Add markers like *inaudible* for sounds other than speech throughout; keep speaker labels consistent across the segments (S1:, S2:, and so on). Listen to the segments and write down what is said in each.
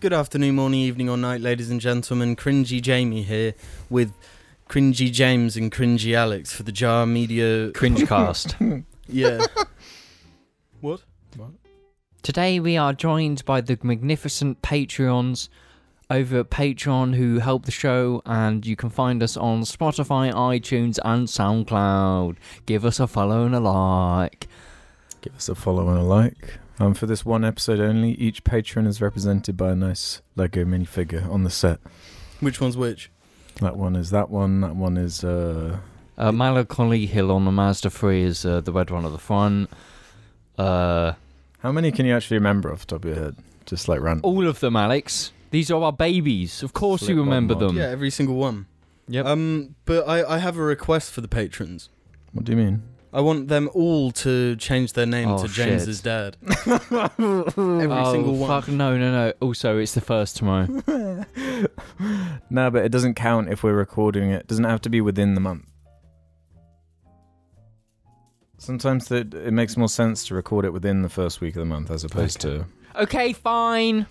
S1: Good afternoon, morning, evening, or night, ladies and gentlemen. Cringy Jamie here with Cringy James and Cringy Alex for the Jar Media.
S2: Cringecast.
S1: *laughs* Yeah. what?
S2: *laughs* Today we are joined by the magnificent Patreons over at Patreon who help the show, and you can find us on Spotify, iTunes, and SoundCloud. Give us a follow and a like.
S3: Give us a follow and a like. Um, for this one episode only, each patron is represented by a nice Lego minifigure on the set.
S1: Which one's which?
S3: That one is that one. That one is uh,
S2: Uh, Melancholy Hill on the Mazda 3 is uh, the red one at the front. Uh,
S3: how many can you actually remember off the top of your head? Just like random.
S2: all of them, Alex. These are our babies. Of course
S3: Slip
S2: you
S3: one
S2: remember
S3: more.
S2: them.
S1: yeah, every single one.
S2: Um, Yep.
S1: Um, but I, I have a request for the patrons.
S3: What do you mean?
S1: I want them all to change their name
S2: Oh,
S1: to James's
S2: shit.
S1: dad. Every
S2: oh,
S1: single one.
S2: fuck, no, no, no. Also, it's the first tomorrow.
S3: *laughs* No, but it doesn't count if we're recording it. Doesn't have to be within the month. Sometimes the, it makes more sense to record it within the first week of the month as opposed to.
S2: okay, fine.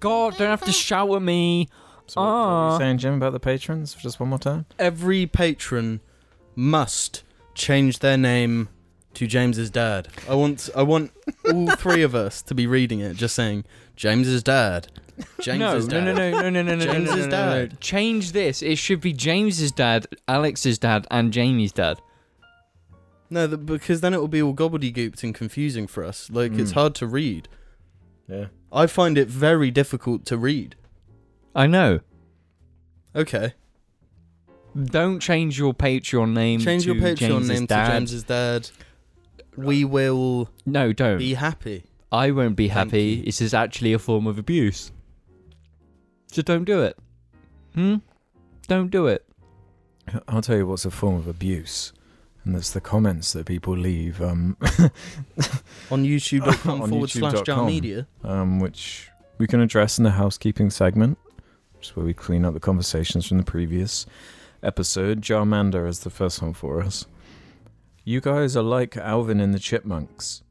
S2: God, don't have to shout at me.
S3: So what, what were
S2: Ah.
S3: you saying, Jim, about the patrons? Just one more time.
S1: Every patron must change their name to James's dad. I want I want all
S2: *laughs*
S1: three of us to be reading it, just saying James's dad.
S2: no,
S1: James's
S2: no,
S1: dad.
S2: no, no, no, no, no, no, no, no,
S1: James's
S2: no, no, no.
S1: dad.
S2: Change this. It should be James's dad, Alex's dad, and Jamie's dad.
S1: No, th because then it will be all gobbledygooked and confusing for us. Like it's
S3: Mm.
S2: Hmm.
S1: hard to read.
S3: Yeah.
S1: I find it very difficult to read.
S2: I know.
S1: Okay,
S2: Don't change your Patreon name.
S1: change your
S2: to
S1: Patreon
S2: James's
S1: name
S2: dad.
S1: to James's dad. We will
S2: No, don't.
S1: be happy.
S2: I won't be
S1: Thank
S2: happy.
S1: you.
S2: This is actually a form of abuse. So don't do it. Hmm? Don't do it.
S3: I'll tell you what's a form of abuse, and that's the comments that people leave, um, *laughs*
S1: On
S2: *laughs*
S1: youtube.com
S3: On
S1: forward slash jar
S3: youtube.com.
S1: media.
S3: um, which we can address in the housekeeping segment, which is where we clean up the conversations from the previous episode. Jarmander is the first one for us. You guys are like Alvin and the Chipmunks.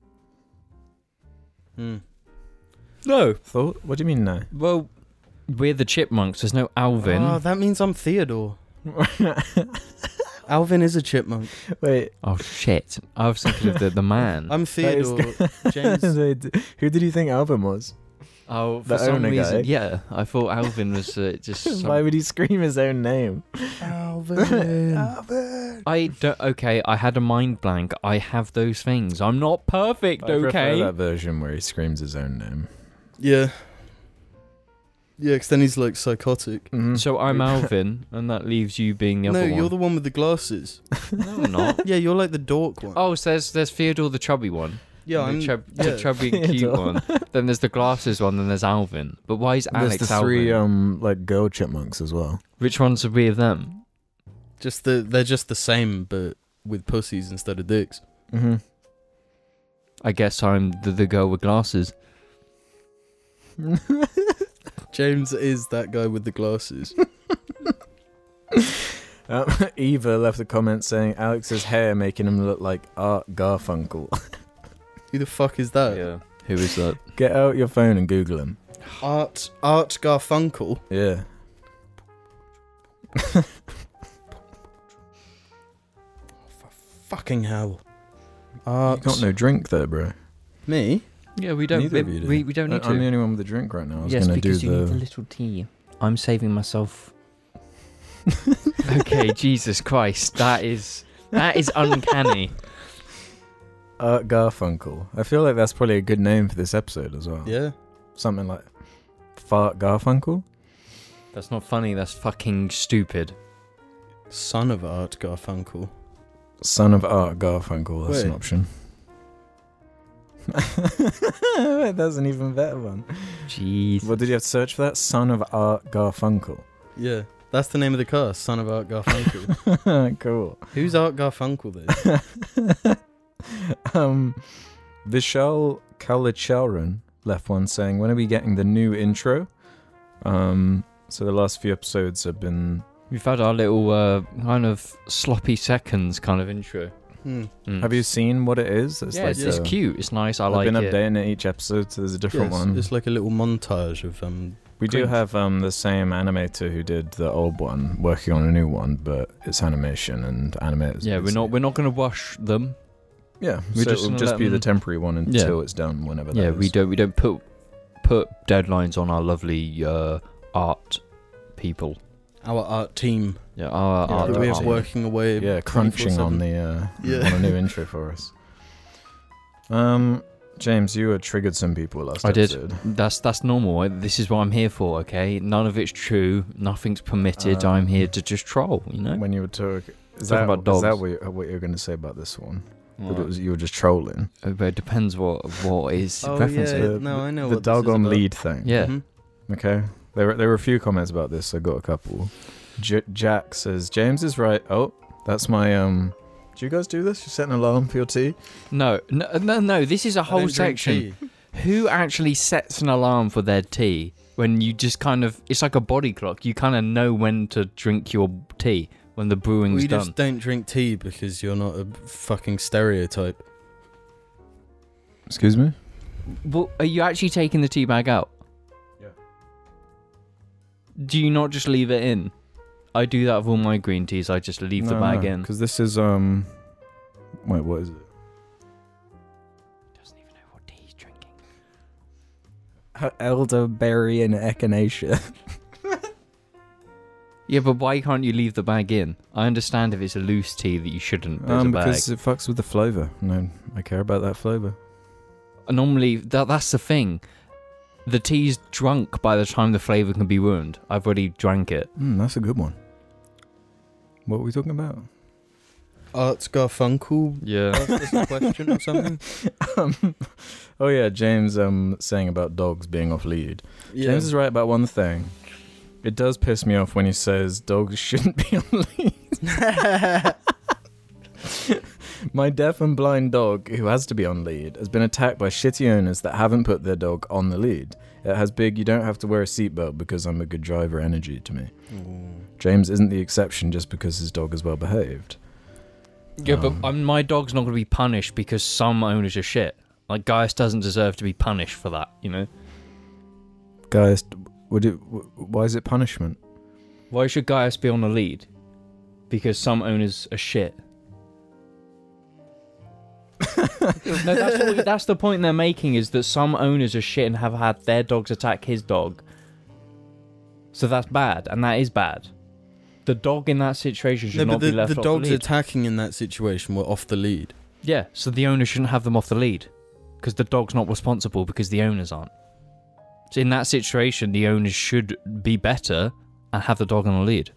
S1: Hmm.
S2: No.
S3: Thought? What do you mean no?
S2: Well, we're the chipmunks. There's no Alvin.
S1: Oh, that means I'm Theodore. Alvin is a chipmunk.
S3: *laughs* Wait, *laughs*
S2: oh, shit. I was thinking of the,
S1: *laughs*
S2: the man.
S1: I'm
S3: that is
S2: *laughs*
S1: Theodore.
S3: good.
S1: James.
S3: They d- Who did you think Alvin was?
S2: Oh, for
S3: The
S2: some
S3: owner
S2: reason,
S3: guy.
S2: yeah. I thought Alvin was uh,
S1: *laughs*
S2: just. Some...
S3: Why would he scream his own name? *laughs*
S1: Alvin.
S3: Alvin. *laughs*
S2: I don't. Okay, I had a mind blank. I have those things. I'm not perfect.
S3: I prefer
S2: okay.
S3: that version where he screams his own name.
S1: yeah. Yeah, because then he's like psychotic.
S3: Mhm.
S2: So
S3: *laughs*
S2: I'm Alvin, and that leaves you being the
S1: no,
S2: other
S1: you're
S2: one.
S1: the one with the glasses.
S2: *laughs* No, I'm
S3: *laughs*
S2: not.
S1: Yeah, you're like the dork one.
S2: Oh, so there's there's Theodore the chubby one.
S1: yeah, I'm.
S2: the, chub-
S1: yeah. *laughs*
S2: the chubby and cute
S3: Theodore.
S2: one. Then there's the glasses one. Then there's Alvin. But why is Alex
S3: There's the
S2: Alvin?
S3: three um like girl chipmunks as well.
S2: Which ones would be of them?
S1: Just the they're just the same, but with pussies instead of dicks.
S3: Mm-hmm.
S2: I guess I'm the, the girl with glasses.
S1: James is that guy with the glasses.
S3: *laughs* Um, *laughs* Eva left a comment saying Alex's hair making him look like Art Garfunkel. *laughs*
S1: Who the fuck is that?
S2: Who is that?
S3: Get out your phone and Google him.
S1: Art Art Garfunkel.
S3: Yeah.
S1: Fucking hell.
S3: You
S1: Art.
S3: got no drink there, bro.
S1: Me?
S2: Yeah, we don't.
S3: Neither
S2: We,
S3: of you do.
S2: we, we don't need
S3: I- I'm the
S2: to.
S3: only one with a drink right now. I was
S2: yes,
S3: gonna do
S2: because you need a
S3: the.
S2: little tea. I'm saving myself. *laughs*
S3: *laughs*
S2: okay, Jesus Christ, that is that is *laughs* uncanny.
S3: Art Garfunkel. I feel like that's probably a good name for this episode as well.
S1: Yeah.
S3: Something like Fart Garfunkel.
S2: That's not funny. That's fucking stupid.
S1: Son of Art Garfunkel.
S3: Son of Art Garfunkel. That's an
S1: Wait.
S3: *laughs* option. that's an even better one.
S2: Jeez.
S3: What did you have to search for that? Son of Art Garfunkel.
S1: Yeah. That's the name of the car, Son of Art
S3: *laughs*
S1: Garfunkel.
S3: cool. *laughs*
S1: Who's Art Garfunkel then?
S3: um, Vishal Kalacharan left one saying, "When are we getting the new intro?" Um, so the last few episodes have been
S2: We've had our little uh, kind of sloppy seconds kind of intro.
S1: Mm.
S2: Mm.
S3: Have you seen what it is? It's
S2: yeah, it's, it's
S3: uh,
S2: cute. It's nice. I
S3: I've
S2: like
S3: been
S2: it.
S3: updating it each episode, so there's a different
S1: Yeah, it's,
S3: one.
S1: it's like a little montage of um.
S3: we do
S1: cringe.
S3: have um, the same animator who did the old one working on a new one, but it's animation and animators.
S2: Yeah, we're not we're not going to rush them.
S3: Yeah,
S2: we're
S3: we
S2: just
S3: just it'll
S2: gonna
S3: just
S2: let
S3: be the
S2: them-
S3: temporary one
S2: Yeah.
S3: until it's done, whenever. that
S2: yeah, we
S3: is.
S2: don't we don't put put deadlines on our lovely uh, art people.
S1: Our art team
S2: Yeah, our
S3: Yeah,
S2: art.
S1: that we have
S2: department.
S1: working away.
S3: Yeah, crunching
S1: 24/7.
S3: on the uh,
S1: *laughs* Yeah.
S3: on a new intro for us. Um, James, you had triggered some people last.
S2: I did.
S3: episode.
S2: That's that's normal. eh? This is what I'm here for. Okay, none of it's true. Nothing's permitted.
S3: Um,
S2: I'm here to just troll. You know.
S3: when you were talk, is that,
S2: Talking about
S3: is that
S2: dogs.
S3: what you, what you were going to say about this one? That
S2: Well,
S3: it was, you were just trolling.
S2: uh, but it depends what what is
S1: Oh,
S2: referenced.
S1: yeah,
S2: to.
S3: The-
S1: no, I know
S3: the
S1: what this is
S3: dog on
S1: about.
S3: lead thing.
S2: Yeah.
S1: Mhm.
S3: Okay. There were there were a few comments about this. I got a couple. J- Jack says James is right. Oh, that's my um. Do you guys do this? You set an alarm for your tea?
S2: No, no, no, no. This is a
S1: I
S2: whole
S1: don't drink
S2: section.
S1: tea.
S2: Who actually sets an alarm for their tea when you just kind of it's like a body clock. You kind of know when to drink your tea when the brewing's
S1: We
S2: done.
S1: just don't drink tea because you're not a fucking stereotype.
S3: Excuse me.
S2: Well, are you actually taking the tea bag out?
S3: Yeah.
S2: Do you not just leave it in? I do that with all my green teas. I just leave the bag in.
S3: because this is um. Wait, what is it?
S2: Doesn't even know what tea he's drinking.
S3: Elderberry and echinacea.
S2: Yeah, but why can't you leave the bag in? I understand if it's a loose tea that you shouldn't. There's
S3: Um,
S2: a bag.
S3: because it fucks with the flavor. No, I care about that flavor.
S2: normally that that's the thing. The tea's drunk by the time the flavour can be ruined. I've already drank it.
S3: Mm, that's a good one. What were we talking about?
S1: Arts Garfunkel
S2: Yeah.
S1: asked us a question or something.
S3: um, oh yeah, James um saying about dogs being off lead.
S1: *laughs* Yeah.
S3: James is right about one thing. It does piss me off when he says dogs *laughs* shouldn't be on
S1: *laughs*
S3: lead. My deaf and blind dog, who has to be on lead, has been attacked by shitty owners that haven't put their dog on the lead. It has big, you don't have to wear a seatbelt because I'm a good driver energy to me. James isn't the exception just because his dog is well behaved.
S2: Yeah, but
S3: Um,
S2: um, my dog's not going to be punished because some owners are shit. Like Gaius doesn't deserve to be punished for that, you know.
S3: Guys, would it, w- why is it punishment?
S2: Why should Gaius be on the lead? Because some owners
S1: *laughs*
S2: are shit. no, that's, what, that's the point they're making is that some owners are shit and have had their dogs attack his dog. So that's bad, and that is bad. The dog in that situation should
S1: No,
S2: not
S1: but
S2: be
S1: the,
S2: left
S1: the
S2: off
S1: dogs
S2: the lead.
S1: attacking in that situation were off the lead.
S2: yeah, so the owner shouldn't have them off the lead because the dog's not responsible because the owners aren't. So in that situation, the owners should be better and have the dog on the lead.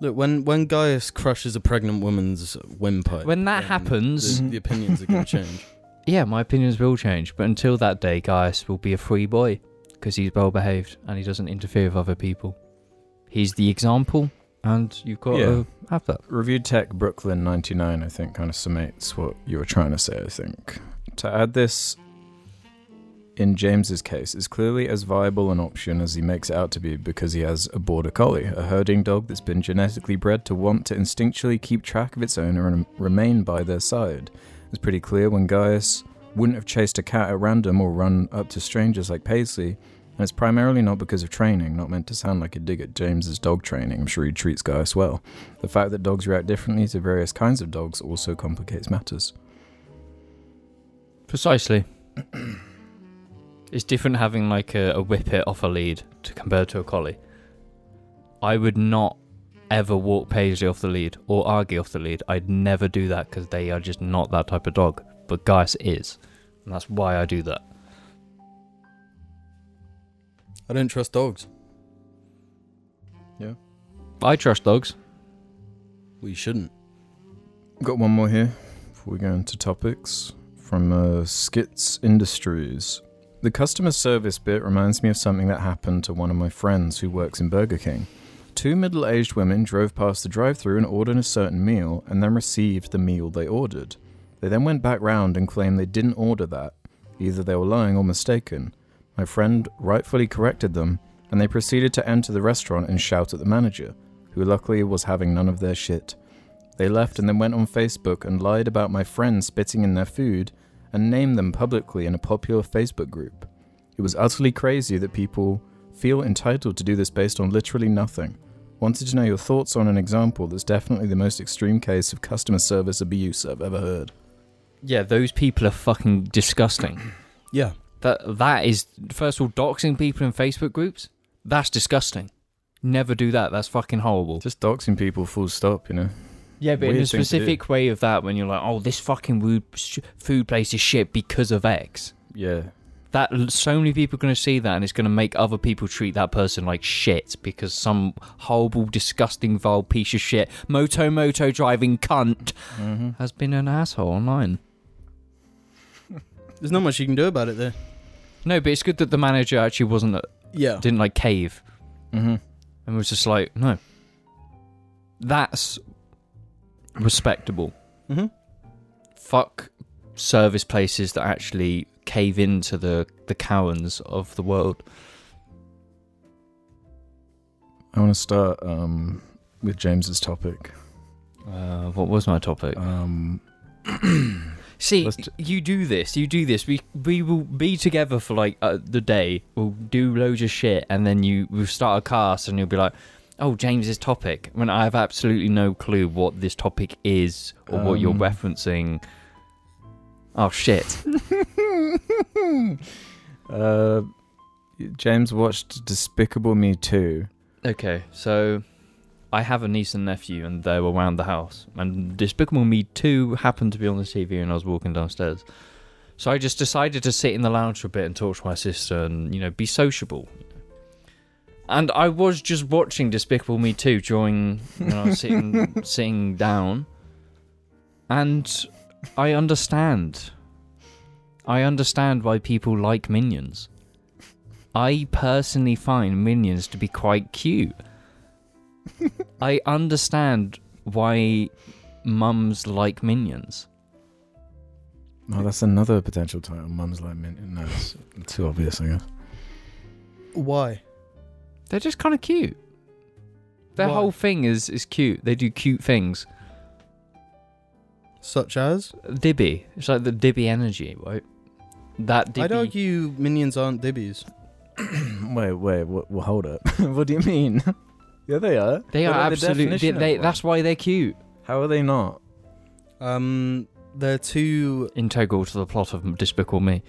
S1: Look, when when Gaius crushes a pregnant woman's windpipe,
S2: When that
S1: then
S2: happens-
S1: the, the opinions are
S3: *laughs*
S1: going to change.
S2: Yeah, my opinions will change, but until that day, Gaius will be a free boy because he's well behaved and he doesn't interfere with other people. He's the example, and you've got to have that.
S3: Review Tech Brooklyn 99, I think, kind of summates what you were trying to say, I think. To add this, in James's case, is clearly as viable an option as he makes it out to be because he has a border collie, a herding dog that's been genetically bred to want to instinctually keep track of its owner and remain by their side. It's pretty clear when Gaius wouldn't have chased a cat at random or run up to strangers like Paisley. And it's primarily not because of training, not meant to sound like a dig at James's dog training. I'm sure he treats Gaius well. The fact that dogs react differently to various kinds of dogs also complicates matters.
S2: Precisely. it's different having like a, a whippet off a lead to compared to a collie. I would not ever walk Paisley off the lead or Argy off the lead. I'd never do that because they are just not that type of dog. But Gaius is, and that's why I do that.
S1: I don't trust dogs.
S2: I trust dogs.
S1: We shouldn't.
S3: Got one more here before we go into topics from uh, Skits Industries. The customer service bit reminds me of something that happened to one of my friends who works in Burger King. Two middle aged women drove past the drive through and ordered a certain meal and then received the meal they ordered. They then went back round and claimed they didn't order that. Either they were lying or mistaken. My friend rightfully corrected them, and they proceeded to enter the restaurant and shout at the manager, who luckily was having none of their shit. They left and then went on Facebook and lied about my friends spitting in their food and named them publicly in a popular Facebook group. It was utterly crazy that people feel entitled to do this based on literally nothing. Wanted to know your thoughts on an example that's definitely the most extreme case of customer service abuse I've ever heard.
S2: Yeah, those people are fucking disgusting.
S1: Yeah.
S2: That that is first of all doxing people in Facebook groups. That's disgusting. Never do that. That's fucking horrible.
S3: Just doxing people, full stop, you know?
S2: Yeah, but in a
S3: Weird thing to
S2: specific way of that, when you're like, "Oh, this fucking food sh- food place is shit because of X."
S3: Yeah.
S2: That so many people are going to see that, and it's going to make other people treat that person like shit because some horrible, disgusting, vile piece of shit, moto moto driving cunt,
S3: Mm-hmm.
S2: has been an asshole online.
S1: There's not much you can do about it there.
S2: No, but it's good that the manager actually wasn't uh,
S1: Yeah.
S2: didn't like cave.
S3: Mm-hmm.
S2: and was just like, no, that's respectable.
S1: Mhm.
S2: Fuck service places that actually cave into the the Cowans of the world.
S3: I want to start um, with James's topic.
S2: Uh, what was my topic?
S3: Um,
S2: See,
S3: let's t-
S2: you do this, you do this. We we will be together for like uh, the day. We'll do loads of shit, and then you we'll start a cast, and you'll be like. Oh, James's topic. When I have absolutely no clue what this topic is or what you're
S3: Um.
S2: referencing. Oh shit!
S3: uh, James watched Despicable Me 2.
S2: Okay, so I have a niece and nephew, and they were around the house. And Despicable Me 2 happened to be on the TV, and I was walking downstairs. So I just decided to sit in the lounge for a bit and talk to my sister and, you know, be sociable. And I was just watching Despicable Me 2 during when I was sitting, sitting down. And I understand. I understand why people like minions. I personally find minions to be quite
S3: *laughs*
S2: cute. I understand why mums like minions.
S3: Oh, that's another potential title. Mum's like Minion. No, it's too obvious, I guess. *clears throat*
S1: Why?
S2: They're just kind of cute. Their
S1: Why?
S2: whole thing is is cute. They do cute things.
S1: Such as?
S2: Dibby. It's like the Dibby energy, right? That Dibby.
S1: I'd argue minions aren't dibbies.
S3: wait, wait, wh- well, hold up. *laughs* what do you mean? yeah, they are.
S2: They
S3: They're
S2: are
S3: the
S2: absolutely. They,
S3: definition of
S2: they-
S3: one.
S2: that's why they're cute.
S3: How are they not?
S1: Um, they're too.
S2: Integral to the plot of Despicable Me.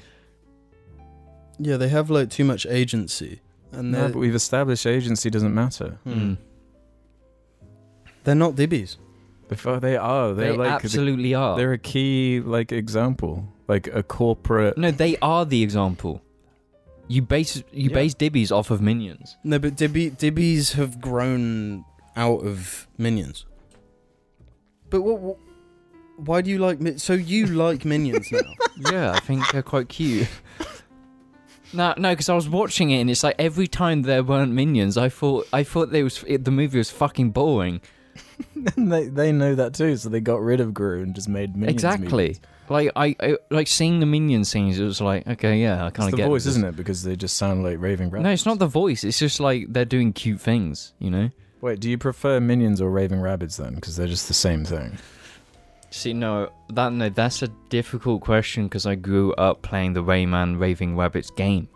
S1: Yeah, they have like too much agency, and
S3: No,
S1: they're
S3: but we've established agency doesn't matter.
S1: Hmm.
S2: Mm.
S1: they're not dibbies.
S3: The f- they are. They're
S2: They
S3: like. the-
S2: absolutely are.
S3: they're a key like example, like a corporate.
S2: No, they are the example. You base you
S3: Yeah.
S2: base Dibbies off of minions.
S1: No, but dibby dibbies have grown out of minions. But what? what why do you like? Mi- so you like minions now?
S2: yeah, I think they're quite cute. *laughs* No, no, because I was watching it and it's like every time there weren't minions, I thought I thought they was it, the movie was fucking boring.
S3: *laughs* they they know that too, so they got rid of Gru and just made minions.
S2: exactly. Like I, I like seeing the minion scenes. It was like okay, yeah, I
S3: It's
S2: kind
S3: the
S2: of get
S3: voice,
S2: this.
S3: isn't it? Because they just sound like raving rabbits.
S2: No, it's not the voice. It's just like they're doing cute things, you know.
S3: Wait, do you prefer minions or raving rabbits then? Because they're just the same thing.
S2: See, no, that no, that's a difficult question because I grew up playing the Rayman Raving Rabbits game.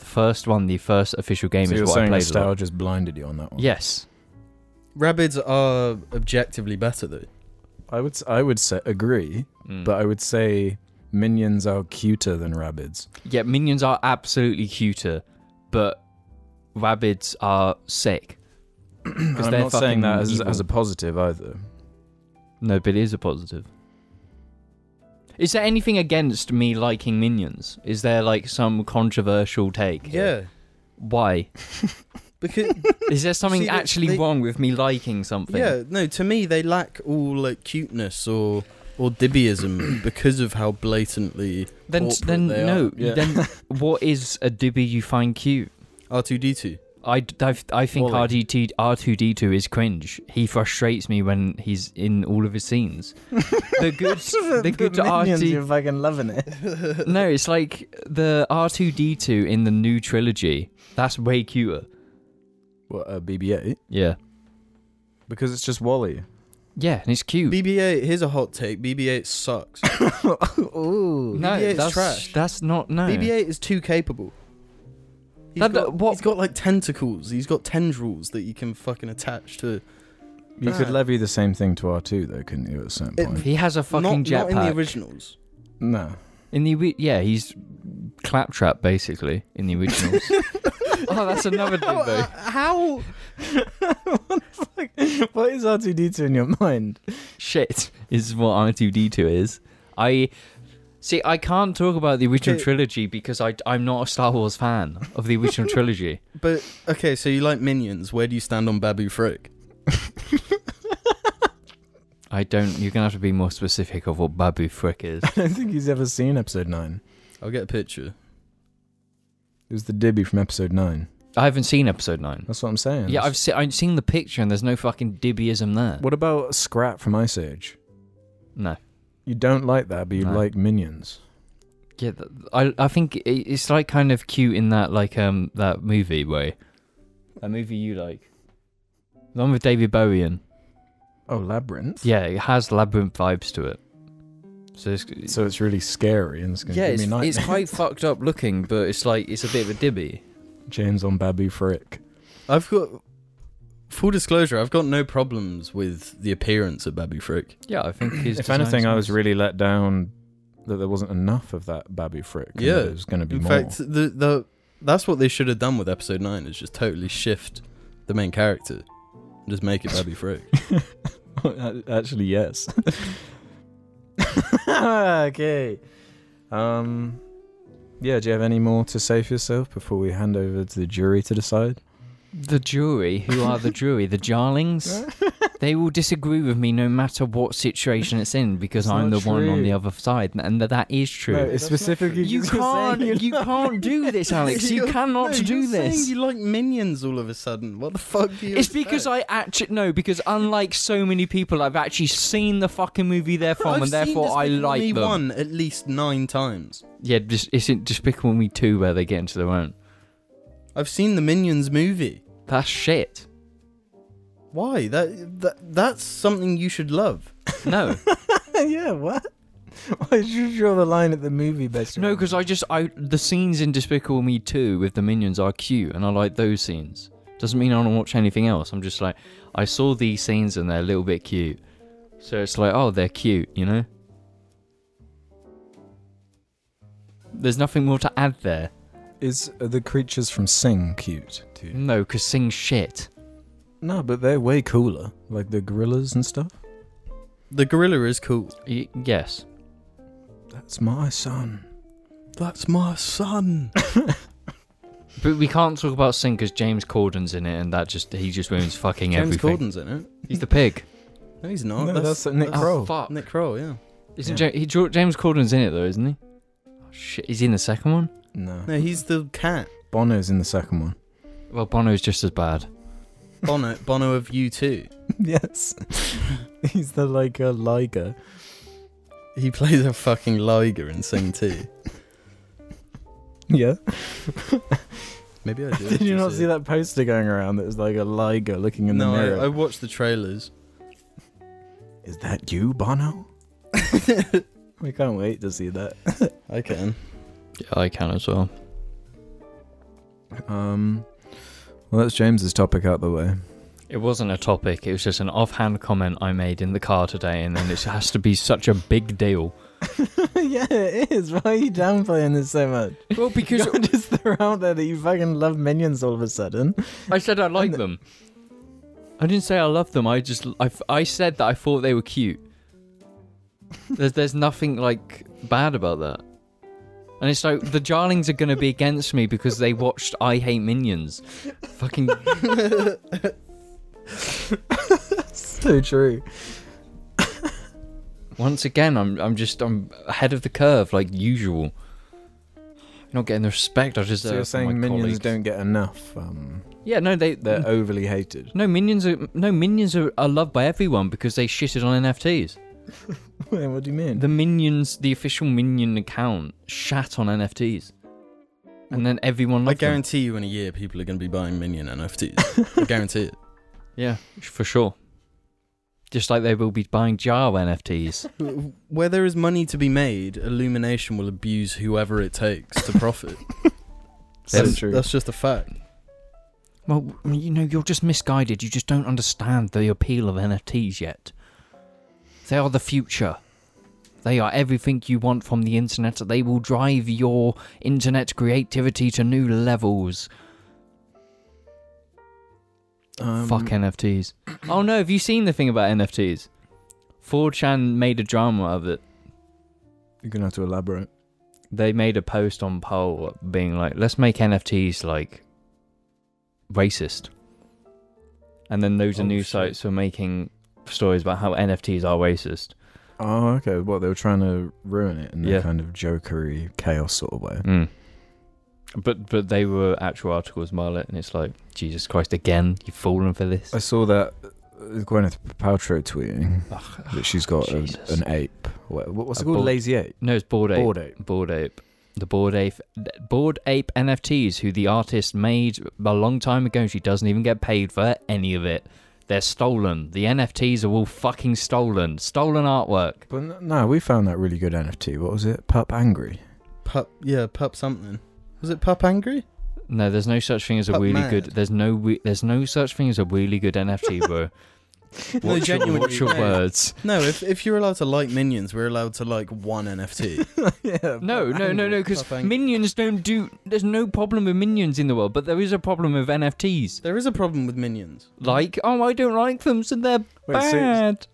S2: The first one, the first official game,
S3: so
S2: is
S3: you're
S2: what I
S3: saying
S2: played. a lot.
S3: nostalgia just blinded you on that one.
S2: Yes,
S1: Rabbids are objectively better though.
S3: I would s- I would say agree,
S2: Mm.
S3: but I would say minions are cuter than rabbits.
S2: Yeah, minions are absolutely cuter, but rabbits are
S3: *clears throat*
S2: sick.
S3: Because I'm
S2: they're
S3: not saying
S2: fucking
S3: that as,
S2: evil.
S3: as a positive either.
S2: No, but it is a positive. Is there anything against me liking minions? Is there like some controversial take?
S1: Yeah,
S2: Why?
S1: *laughs*
S3: *laughs*
S1: because
S2: Is there something
S1: See, they-
S2: actually
S1: they-
S2: wrong with me liking something?
S1: yeah, no. To me, they lack all like cuteness or or dibbyism because of how blatantly
S2: Then,
S1: corporate
S2: then
S1: they
S2: no.
S1: are. Yeah. *laughs*
S2: Then what is a dibby you find cute?
S1: R two D two.
S2: I, d- I, I think
S3: Well,
S2: RDT, R2D2 is cringe. He frustrates me when he's in all of his scenes. The good,
S3: *laughs*
S2: the good RT,
S3: fucking loving it.
S2: no, it's like the R2D2 in the new trilogy. That's way cuter.
S3: *laughs* What, uh, BB-8?
S2: Yeah.
S3: Because it's just Wally.
S2: Yeah, and it's cute.
S1: BB-8. Here's a hot take. BB-8 sucks.
S3: Ooh.
S2: no,
S1: BB-8 is
S2: that's
S1: trash.
S2: that's not no.
S1: BB-8 is too capable. He's
S2: Oh, That-
S1: got,
S2: what-
S1: he's got like tentacles. He's got tendrils that you can fucking attach to.
S3: You could
S1: Nah.
S3: levy the same thing to R2 though, couldn't you? At a certain
S1: It-
S3: point.
S2: He has a fucking
S1: not, not in the
S2: jetpack. *laughs*
S1: originals.
S3: No.
S2: In the ori- yeah, he's claptrap basically in
S1: *laughs*
S2: the originals. oh, that's another
S1: How? *laughs*
S2: Dimbo.
S1: how?
S3: what is R2D2 in your mind? *laughs*
S2: Shit is what R two D two is. I see. I can't talk about the original
S1: Okay.
S2: trilogy because I I'm not a Star Wars fan of the
S1: *laughs*
S2: original trilogy.
S1: But okay, so you like minions. Where do you stand on Babu Frick?
S2: I don't. You're gonna have to be more specific of what Babu Frick is.
S3: I don't think he's ever seen episode 9.
S1: I'll get a picture.
S3: It was the Dibby from episode 9.
S2: I haven't seen Episode Nine.
S3: That's what I'm saying.
S2: Yeah, I've se- I've seen the picture and there's no fucking dibbyism there.
S3: What about Scrat from Ice Age?
S2: No.
S3: You don't like that, but you
S2: No.
S3: like minions.
S2: Yeah, th- I I think i- it's like kind of cute in that like um that movie way. That movie you like. The one with David Bowie in.
S3: Oh, Labyrinth?
S2: Yeah, it has labyrinth vibes to it. So it's
S3: So it's really scary and it's going to
S2: yeah,
S3: give
S2: it's,
S3: me nightmares.
S2: it's *laughs*
S3: *laughs*
S2: quite fucked up looking, but it's like it's a bit of a dibby.
S3: James on Babu Frick.
S1: I've got full disclosure. I've got no problems with the appearance of Babu Frick.
S2: Yeah, I think his.
S3: if anything, I was
S2: really
S3: really let down that there wasn't enough of that Babu Frick. and
S1: Yeah.
S3: that It was going to be
S1: In
S3: more.
S1: fact, the the that's what they should have done with episode nine is just totally shift the main character and just make it Babu Frick.
S3: *laughs* Actually, yes. *laughs* okay. Um. Yeah. Do you have any more to say for yourself before we hand over to the jury to *laughs* decide?
S2: the jury. Who are *laughs* the jury? The Jarlings. They will disagree with me no matter what situation it's in because
S3: It's
S2: I'm the
S3: not
S2: one on
S3: true.
S2: the other side, and that, that is true.
S3: No, it's
S1: That's not
S3: specifically
S1: true.
S2: You
S3: just saying
S2: can't,
S3: you
S2: you
S3: like-
S1: *laughs*
S2: can't do this, Alex. You
S1: You're-
S2: cannot
S1: No,
S2: do
S1: you're saying
S2: this.
S1: You like minions all of a sudden. What the fuck? Do you
S2: It's because
S1: expect?
S2: I actually no, because unlike so many people, I've actually seen the fucking movie they're from,
S1: I've
S2: and
S1: seen
S2: therefore I
S1: Despicable Me
S2: like them.
S1: One at least nine times.
S2: Yeah, just, isn't Despicable Me Two where they get into their own?
S1: I've seen the Minions movie.
S2: That's shit.
S1: Why? That, that that's something you should love. *laughs*
S2: No,
S3: *laughs* yeah. What? Why did you draw the line at the movie best?
S1: um,
S2: no, because I just I the scenes in Despicable Me Two with the minions are cute, and I like those scenes. Doesn't mean I don't watch anything else. I'm just like I saw these scenes and they're a little bit cute, so it's like oh they're cute, you know. There's nothing more to add there.
S3: is are the creatures from Sing cute to you?
S2: No, because sing shit.
S3: No, but they're way cooler. Like the gorillas and stuff.
S1: The gorilla is cool.
S2: Y- yes.
S3: That's my son.
S1: That's my *laughs* son.
S2: But we can't talk about sing because James Corden's in it and that just, he just ruins fucking
S1: James
S2: everything.
S1: Corden's in it.
S2: He's the pig. Oh,
S1: No, he's not.
S3: No,
S1: that's,
S3: that's Nick
S1: that's
S3: Kroll.
S2: Fuck.
S1: Nick Kroll, yeah.
S2: Isn't
S3: Yeah.
S2: Ja- he, Jo- James Corden's in it though, isn't he? Oh, shit, he's in the second one?
S3: No.
S1: No, he's the cat.
S3: Bono's in the second one.
S2: Well, Bono's just as bad.
S1: *laughs* Bono, Bono of U2.
S3: *laughs* yes. He's the like a liger.
S1: He plays a fucking liger in Sing 2.
S3: Yeah.
S1: Maybe
S3: *laughs*
S1: I did.
S3: Did you
S1: actually
S3: not see
S1: it.
S3: that poster going around that was like a liger looking in
S1: no,
S3: the mirror?
S1: I, I watched the
S3: *laughs*
S1: trailers.
S3: Is that you, Bono? We can't wait to see that.
S1: I can.
S2: Yeah, I can as well.
S3: Um Well that's James's topic out the way.
S2: It wasn't a topic, it was just an offhand comment I made in the car today and then it has to be such a big deal.
S3: yeah, it is. Why are you downplaying this so much?
S2: Well,
S3: You're *laughs*
S2: because
S3: just throw out there that you fucking love minions all of a sudden.
S2: *laughs*
S3: *laughs*
S2: I said I like them. I didn't say I love them. I just I, f- I said that I thought they were cute. There's there's nothing like bad about that. And it's like the Jarlings are gonna be against me because they watched I Hate Minions. Fucking
S3: So true.
S2: once again, I'm I'm just I'm ahead of the curve like usual. Not getting the respect I deserve.
S3: So you're
S2: from my
S3: saying minions
S2: colleagues. Mm.
S3: don't get enough, um
S2: Yeah, no, they
S3: they're overly
S2: *laughs*
S3: hated.
S2: no minions are no minions are, are loved by everyone because they shitted on NFTs.
S3: Wait, what do you mean? *laughs*
S2: The minions, the official minion account, shat on NFTs, and then everyone
S1: I
S2: loved them.
S1: guarantee you in a year
S3: *laughs*
S1: people are going to be buying Minion NFTs. I guarantee it.
S2: Yeah, for sure. Just like they will be buying jar NFTs.
S1: Where there is money to be made, Illumination will abuse whoever it takes to profit.
S3: So
S1: that's,
S3: true.
S1: that's just a fact.
S2: well, you know, you're just misguided. You just don't understand the appeal of NFTs yet. They are the future. They are everything you want from the internet. They will drive your internet creativity to new levels.
S3: Um,
S2: Fuck NFTs. *clears throat* oh no, have you seen the thing about NFTs? 4chan made a drama of it.
S3: You're gonna have to elaborate.
S2: They made a post on poll being like, let's make NFTs like racist. And then loads
S1: Oh,
S2: of news
S1: shit.
S2: sites were making stories about how NFTs are racist.
S3: Oh, okay. Well, they were trying to ruin it in a
S2: Yeah.
S3: kind of jokery, chaos sort of way.
S2: Mm. But but they were actual articles, Marlet, and it's like, Jesus Christ, again, you've fallen for this.
S3: I saw that uh, Gwyneth Paltrow tweeting
S2: Ugh.
S3: that she's got an,
S2: Jesus.
S3: an ape. What, what's
S2: A
S3: it called?
S2: bull-
S3: Lazy ape.
S2: No, it's bored eh? ape.
S3: Bored ape.
S2: Bored Ape. The Bored Ape, Bored Ape NFTs, who the artist made a long time ago. She doesn't even get paid for any of it. They're stolen. The NFTs are all fucking stolen. Stolen artwork.
S3: But n- no, we found that really good NFT. What was it?
S2: *laughs*
S3: Pup Angry.
S1: Pup, yeah, pup something. Was it pup angry?
S2: No, there's no such thing as a
S1: But
S2: really
S1: mad.
S2: good. There's no. We, there's no such thing as a really good NFT, bro.
S1: No,
S2: Watch your,
S1: genuinely,
S2: watch your
S1: no.
S2: words.
S1: No, if if you're allowed to like minions, we're allowed to like one *laughs*
S3: *laughs*
S1: NFT.
S3: yeah.
S2: No, no, no, no, because
S1: Pup angry.
S2: minions don't do. There's no problem with minions in the world, but there is a problem with NFTs.
S1: there is a problem with minions.
S2: Like, oh, I don't like them, so they're
S3: Wait, so,
S2: bad.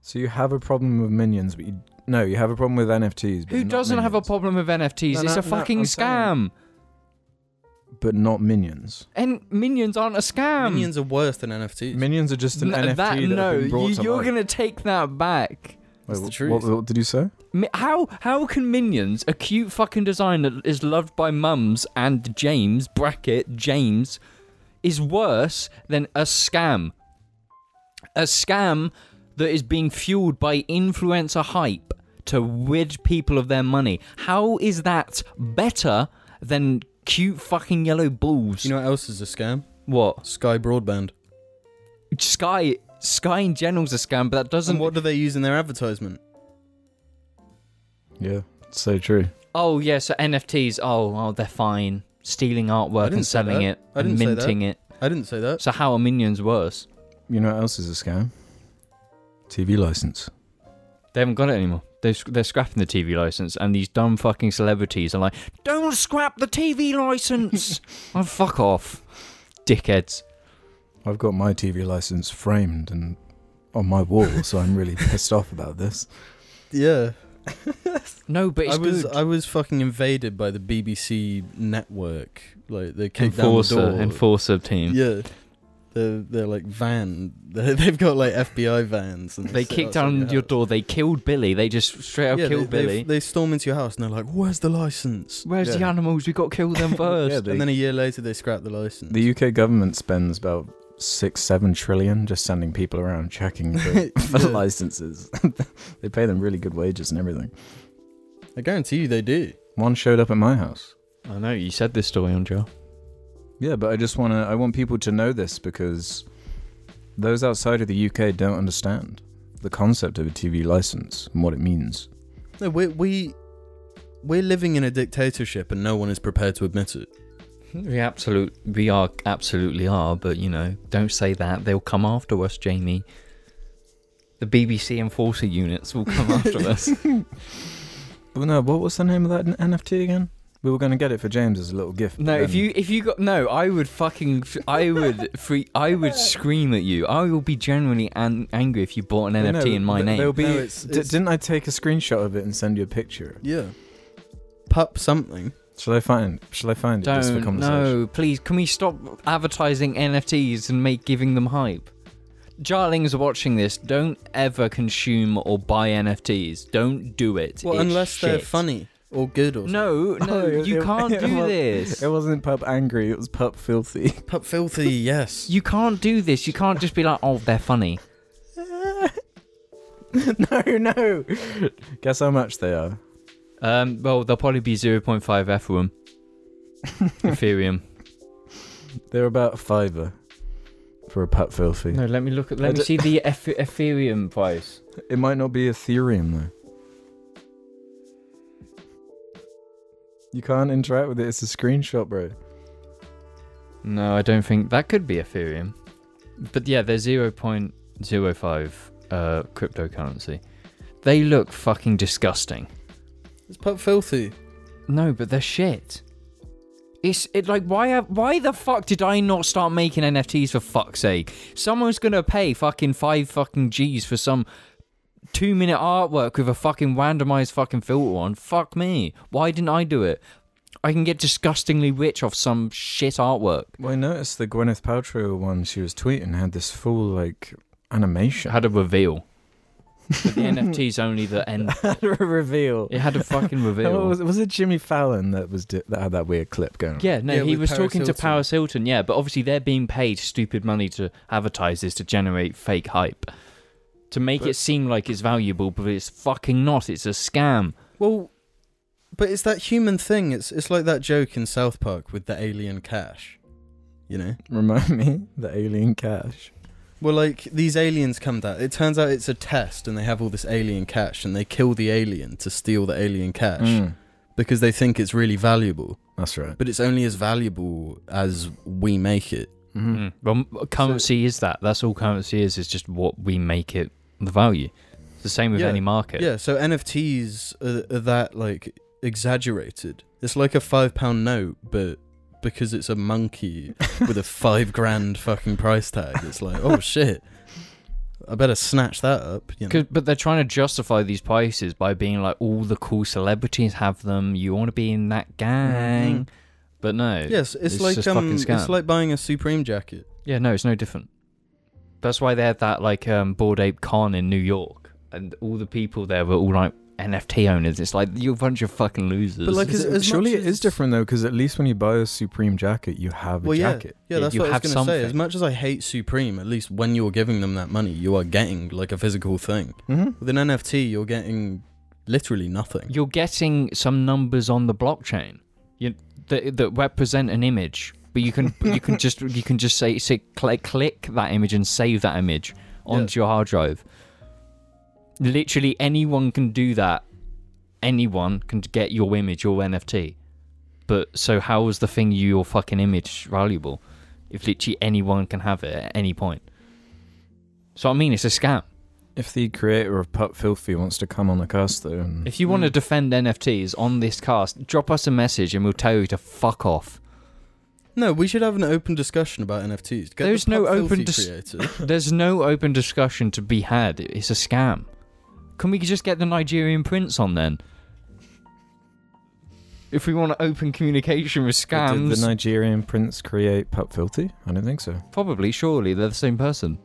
S3: so you have a problem with minions, but you no, you have a problem with NFTs. But
S2: Who
S3: not
S2: doesn't have a
S3: minions.
S2: problem with NFTs?
S3: No,
S2: it's
S3: no,
S2: a
S3: no,
S2: fucking
S3: I'm
S2: scam.
S3: saying- But not minions.
S2: And minions aren't a scam.
S1: minions are worse than NFTs.
S3: Minions are just an
S2: N- that,
S3: NFT that
S2: no,
S3: have been brought
S2: you,
S3: to
S2: you're
S3: life.
S2: gonna take that back.
S1: That's
S3: Wait,
S1: the
S3: wh- what,
S1: truth.
S3: what did you say?
S2: Mi- How how can minions, a cute fucking design that is loved by mums and James bracket James, is worse than a scam? A scam that is being fueled by influencer hype to rid people of their money. How is that better than cute fucking yellow balls?
S1: You know what else is a scam?
S2: What
S1: Sky Broadband.
S2: Sky Sky in general's a scam, but that doesn't.
S1: And what do they use in their advertisement?
S3: Yeah, so true.
S2: Oh yeah, so NFTs. Oh, oh, they're fine. Stealing
S1: I
S2: artwork
S1: didn't
S2: and
S1: say
S2: selling
S1: that.
S2: it
S1: I
S2: and
S1: didn't say that.
S2: minting it.
S1: I didn't say that.
S2: So how are minions worse?
S3: You know what else is a scam? TV license.
S2: They haven't got it anymore. They're, sc- they're scrapping the TV license, and these dumb fucking celebrities are like, "Don't scrap the
S1: *laughs*
S2: TV license." oh, fuck off, dickheads.
S3: I've got my TV license framed and on my *laughs* wall, so I'm really pissed off about this.
S1: Yeah.
S2: No, but it's
S1: I was
S2: good.
S1: I was fucking invaded by the BBC network. Like they kicked
S2: enforcer,
S1: down the door.
S2: enforcer team.
S1: Yeah. They're, they're like van. *laughs* They've got like FBI vans. And
S2: They
S1: sit
S2: kicked
S1: outside
S2: down your,
S1: house.
S2: door. They killed Billy. They just straight up
S1: Yeah,
S2: killed
S1: they,
S2: Billy.
S1: They, they storm into your house and they're like, "Where's the license?"
S2: Where's the
S3: Yeah.
S2: animals? We got to kill
S1: *laughs*
S2: them first.
S3: Yeah, they-
S1: and then a year later, they scrap the *laughs* license.
S3: The UK government spends about six, seven trillion just sending people around checking *laughs* for, for
S1: Yeah.
S3: licenses. *laughs* they pay them really good wages and everything.
S1: I guarantee you, they do.
S3: One showed up at my house.
S2: I know you said this story on Joe.
S3: Yeah, but I just want to. I want people to know this because those outside of the UK don't understand the concept of a TV license and what it means.
S1: No, we we we're living in a dictatorship, and no one is prepared to admit it.
S2: We absolute, we are absolutely are, but you know, don't say that. They'll come after us, Jamie. The BBC enforcer units will come *laughs* after us.
S3: Well, no, what was the name of that n- NFT again? We were going to get it for James as a little gift.
S2: No,
S3: but
S2: if
S3: then-
S2: you if you got no, I would fucking, f- I would free, I *laughs* would scream at you. I will be genuinely an- angry if you bought an
S3: Well,
S2: NFT
S3: no,
S2: in my
S3: th-
S2: name.
S3: There'll be.
S1: No, it's-
S3: d-
S1: it's-
S3: didn't I take a screenshot of it and send you a picture?
S1: Yeah, pup something.
S3: Shall I find? Shall I find it just for
S2: Don't
S3: conversation?
S2: no, please. Can we stop advertising NFTs and make giving them hype? Jarlings watching this, don't ever consume or buy NFTs. Don't do it.
S1: Well,
S2: It's
S1: unless they're
S2: shit.
S1: funny or good or
S2: No, no,
S3: *laughs* Oh, it-
S2: you
S3: it-
S2: can't
S3: it
S2: do
S3: was-
S2: this.
S3: It wasn't pup angry. It was pup filthy. *laughs*
S1: something. pup filthy. Yes.
S2: You can't do this. You can't just be like, oh, they're funny.
S3: no, no. Guess how much they are?
S2: Um, well, they'll probably be 0.5 Ethereum.
S3: *laughs*
S2: Ethereum.
S3: They're about a fiver for a Pat Filthy.
S2: No, let me look at.
S3: I
S2: Let me
S3: d-
S2: see the Eth- Ethereum price.
S3: It might not be Ethereum though. You can't interact with it. It's a screenshot, bro.
S2: No, I don't think that could be Ethereum. But yeah, they're 0.05 uh, cryptocurrency. They look fucking disgusting.
S1: It's put filthy.
S2: No, but they're shit. It's it like why have- why the fuck did I not start making NFTs for fuck's sake? Someone's gonna pay fucking five fucking G's for some two minute artwork with a fucking randomized fucking filter on. Fuck me. Why didn't I do it? I can get disgustingly rich off some shit artwork.
S3: Well, I noticed the Gwyneth Paltrow one she was tweeting had this full like animation.
S2: had a reveal. But the NFT's only the end.
S3: had a *laughs* reveal.
S2: It had a fucking
S3: Oh,
S2: reveal.
S3: was, was it Jimmy Fallon that was di- that had that weird clip going?
S2: Yeah, no,
S1: Yeah,
S2: he
S1: with
S2: was
S1: Paris
S2: talking to
S1: Hilton.
S2: Paris Hilton, yeah, but obviously they're being paid stupid money to advertise this to generate fake hype. To make
S3: But-
S2: it seem like it's valuable, but it's fucking not. It's a scam.
S1: Well, but it's that human thing. It's it's like that joke in South Park with the alien cash. You know.
S3: Remind me, the alien cash.
S1: Well, like these aliens come down. It turns out it's a test, and they have all this alien cash, and they kill the alien to steal the alien cash
S3: Mm,
S1: because they think it's really valuable.
S3: that's right.
S1: But it's only as valuable as we make it.
S3: Mhm.
S2: Mm. Well, m- currency is that. That's all currency is. Is just what we make it the value. It's the same with
S1: Yeah,
S2: any market.
S1: Yeah. So NFTs are, are that like exaggerated. It's like a five pound note, but because it's a monkey
S3: mm. *laughs*
S1: with a five grand fucking price tag, it's like,
S2: *laughs*
S1: oh shit, I better snatch that up. You know?
S2: 'Cause- but they're trying to justify these prices by being like, all the cool celebrities have them. You want to be in that gang.
S1: Mm-hmm.
S2: But no.
S1: Yes, it's,
S2: it's
S1: like
S2: just
S1: um,
S2: fucking
S1: it's
S2: scam.
S1: like buying a Supreme jacket.
S2: Yeah, no, it's no different. That's why they had that like um, board ape con in New York, and all the people there were all like NFT owners. It's like you're a bunch of fucking losers.
S1: But, like, as-
S3: Is it-
S1: as
S3: surely
S1: much
S3: it
S1: as-
S3: is different though, because at least when you buy a Supreme jacket, you have a
S1: Well, yeah,
S3: jacket.
S1: yeah,
S2: Yeah,
S1: that's
S2: you
S1: what I was
S2: have
S1: going to say.
S2: something.
S1: As much as I hate Supreme, at least when you're giving them that money, you are getting like a physical thing.
S3: Mhm.
S1: With an NFT, you're getting literally nothing.
S2: you're getting some numbers on the blockchain you, that, that represent an image, but you can you can just you can just say, say click, click that image and save that image onto your hard drive. Literally anyone can do that. Anyone can get your image, your NFT. But so how is the thing your fucking image valuable if literally anyone can have it at any point? So I mean, it's a scam.
S3: If the creator of Putt Filthy wants to come on the cast though, and
S2: If you want to defend NFTs on this cast, drop us a message and we'll tell you to fuck off.
S1: No, we should have an open discussion about NFTs. Get the
S2: There's no
S1: Pub Filthy
S2: open dis-
S1: creator.
S2: *coughs* There's no open discussion to be had. It's a scam. Can we just get the Nigerian prince on then? If we want to open communication with
S3: Did
S2: scams,
S3: the Nigerian prince create Putt Filthy? I don't think so.
S2: probably, surely, they're the same person.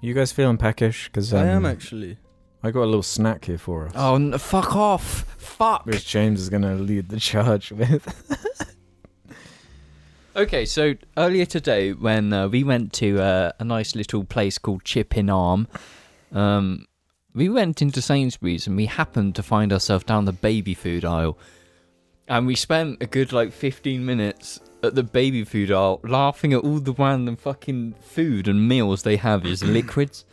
S3: You guys feeling peckish? Because um,
S1: I am actually.
S3: I got a little snack here for us,
S2: Oh, n- fuck off! Fuck!
S3: which James is going to lead the charge *laughs* with.
S2: Okay, so earlier today, when uh, we went to uh, a nice little place called Chip in Arm, um, we went into Sainsbury's and we happened to find ourselves down the baby food aisle. And we spent a good like 15 minutes at the baby food aisle laughing at all the random fucking food and meals they have *clears throat* as liquids. Um,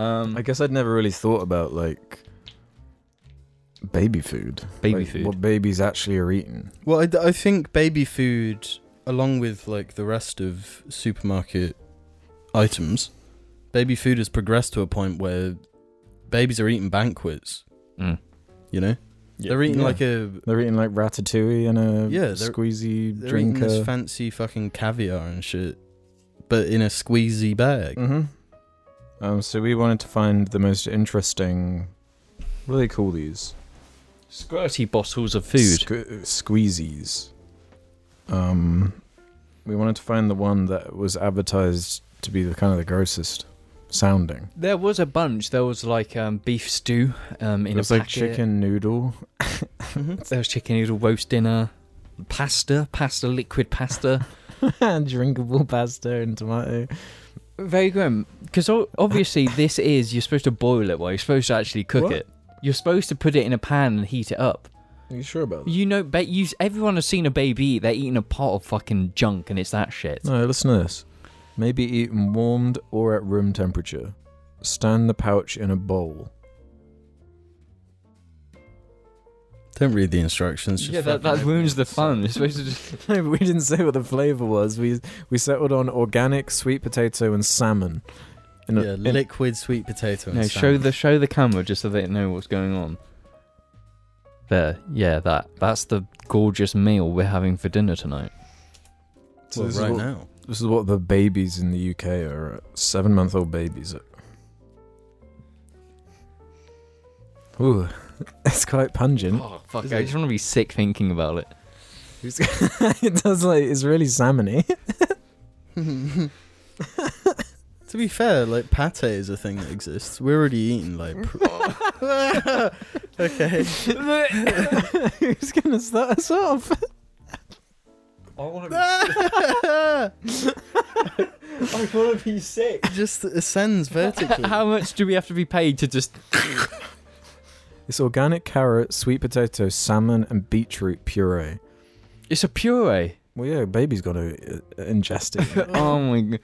S1: Mm.
S3: I guess I'd never really thought about like baby food,
S2: baby
S3: Like,
S2: food.
S3: what babies actually are eating.
S1: Well, I, d- I think baby food, along with like the rest of supermarket items, baby food has progressed to a point where babies are eating banquets.
S2: Mm.
S1: You know, they're eating
S3: Yeah.
S1: like a
S3: They're eating like ratatouille and a
S1: Yeah, they're-
S3: squeezy
S1: They're eating
S3: drinker.
S2: uh,
S1: this fancy fucking caviar and shit, but in a squeezy bag.
S2: Mm.
S3: hmm Um, so we wanted to find the most interesting. What do they call these?
S2: Squirty bottles of food.
S3: Sque- squeezies. Um, we wanted to find the one that was advertised to be the kind of the grossest sounding.
S2: There was a bunch. There was like um, beef stew um, in
S3: it was
S2: a
S3: like
S2: packet.
S3: chicken noodle.
S2: There was chicken noodle roast dinner, pasta, pasta, liquid pasta.
S3: Drinkable pasta and tomato.
S2: *laughs* Very grim. Because obviously, *laughs* this is you're supposed to boil it. Well, you're supposed to actually cook
S3: What?
S2: it. You're supposed to put it in a pan and heat it up.
S3: Are you sure about that?
S2: You know, but you everyone has seen a baby eat. They're eating a pot of fucking junk, and it's that shit.
S3: No, listen to this. Maybe eaten warmed or at room temperature. Stand the pouch in a bowl.
S1: Don't read the instructions. Just
S2: yeah, that, that
S1: fucking
S2: ruins
S1: open
S2: the
S1: it.
S2: fun. You're supposed to just
S3: *laughs* No, but we didn't say what the flavor was. We we settled on organic sweet potato and salmon. In a-
S1: yeah,
S3: in-
S1: liquid sweet potato. And
S2: no show the show the camera just so they know what's going on. There, yeah, that that's the gorgeous meal we're having for dinner tonight.
S3: so this,
S1: right
S3: is what,
S1: now.
S3: this is what the babies in the UK are. At. Seven month old babies. At. Ooh, *laughs* it's quite pungent.
S2: Oh fuck! I just want to be sick thinking about it.
S3: *laughs* it does like it's really salmony.
S1: *laughs* to be fair, like pate is a thing that exists. We're already eating like. Pr- okay.
S3: *laughs* Who's gonna start us off?
S1: I
S3: want to be sick.
S1: It just ascends vertically.
S2: How much do we have to be paid to just?
S3: It's organic carrot, sweet potato, salmon, and beetroot puree.
S2: It's a puree.
S3: Well, yeah, baby's got to uh, ingest *laughs* it.
S2: oh my god,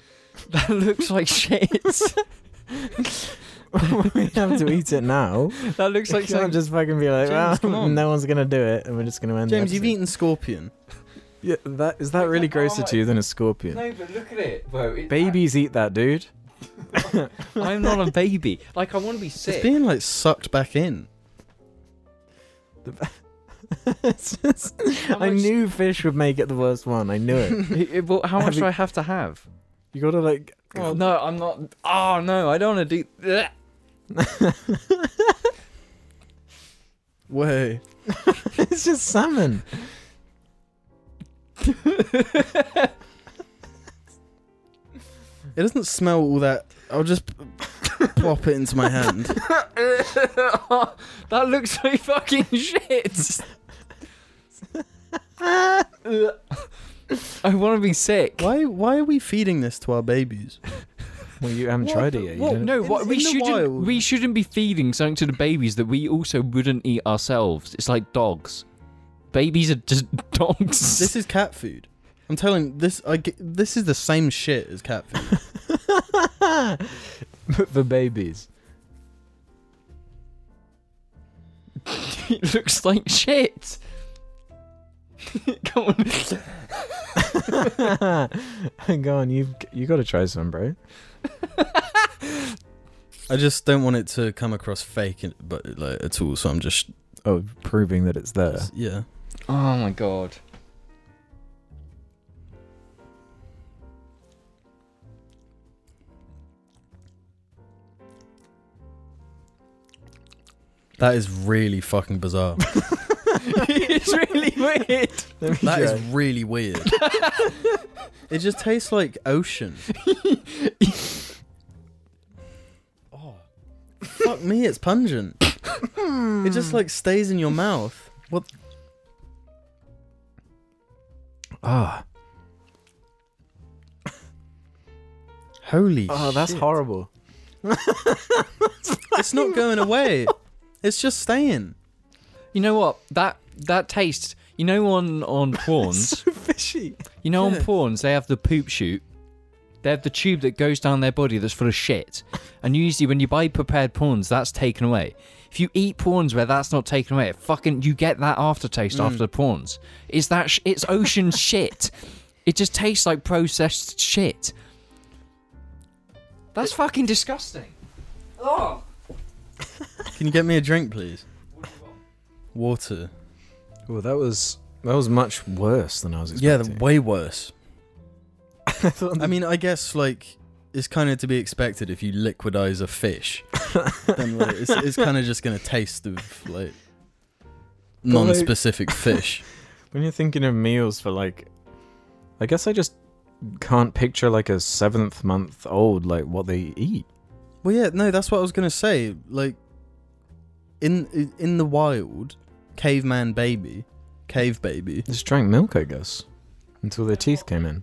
S2: that looks like shit.
S3: *laughs*
S2: *laughs*
S3: we have to eat it now.
S2: that looks
S3: Like
S2: like
S3: you can't
S2: something.
S3: just fucking be like,
S1: James, come
S3: well,
S1: on."
S3: no one's gonna do it, and we're just gonna end. the
S1: James, you've
S3: episode."
S1: eaten oh, scorpion.
S3: Yeah, that is that really grosser to you than a scorpion?
S2: No, but look at it, bro. It-
S3: Babies eat
S1: *laughs*
S3: that, dude.
S2: I, am not a baby. *laughs* Like I want to be sick.
S1: It's being like sucked back in.
S3: It's just-
S2: How
S3: I
S2: much-
S3: knew fish would make it the worst one. I knew
S1: *laughs*
S3: it.
S2: It- it- well, how much
S3: Have
S2: do I have to have?
S3: You gotta like.
S2: Well, no, I'm not. Oh no, I don't want to do. Ugh.
S1: Way.
S3: it's just salmon.
S1: It doesn't smell all that. I'll just *laughs* p- plop it into my *laughs* hand.
S2: *laughs* that looks like fucking shit. Ugh. I want to be sick.
S1: Why? Why are we feeding this to our babies?
S3: Well, you haven't
S1: What
S3: tried
S1: the-
S3: it yet. you
S1: what?
S3: don't-
S2: No,
S1: In-
S2: what, we
S1: in the
S2: shouldn't.
S1: wild.
S2: We shouldn't be feeding something to the babies that we also wouldn't eat ourselves. It's like dogs. Babies are just *laughs* dogs.
S1: This is cat food. I'm telling this. I ge- this is the same shit as cat food.
S3: *laughs* But for babies.
S2: it looks like shit. *laughs* Come on.
S3: Go on, you've you got to try some, bro.
S1: *laughs* I just don't want it to come across fake, and- but like at all. So I'm just
S3: Oh, proving that it's there.
S1: yeah.
S2: Oh my god.
S1: That is really fucking bizarre.
S2: *laughs* it's really weird.
S3: Let me
S1: That is
S3: try.
S1: really weird. *laughs* it just tastes like *laughs* ocean. oh, fuck me! It's pungent. it just like stays in your mouth. What?
S3: ah,
S1: Holy!
S3: oh, that's
S1: shit.
S3: horrible.
S1: It's not going away. It's just staying.
S2: You know what? That that tastes. You know on on *laughs* prawns.
S3: *laughs* So fishy.
S2: You know, on
S1: Yeah.
S2: prawns, they have the poop chute. They have the tube that goes down their body that's full of shit. And usually, when you buy prepared prawns, that's taken away. If you eat prawns where that's not taken away, it fucking you get that aftertaste after the prawns. Is that sh- it's ocean shit? It just tastes like processed shit. That's fucking disgusting. Oh,
S1: Can you get me a drink, please? Water.
S3: Well, that was that was much worse than I was
S1: Yeah,
S3: expecting.
S1: the way worse.
S3: I *laughs* thought
S1: I mean, I guess like it's kind of to be expected if you liquidize a fish, then like, it's, it's kind of just gonna taste *laughs* of like
S3: like-
S1: *laughs* non-specific fish.
S3: when you're thinking of meals for like, I guess I just can't picture like a seventh month old like what they eat.
S1: Well, yeah, no, that's what I was gonna say. Like in in- in the wild, caveman baby, cave baby.
S3: They Just drank milk, I guess, until their teeth came in.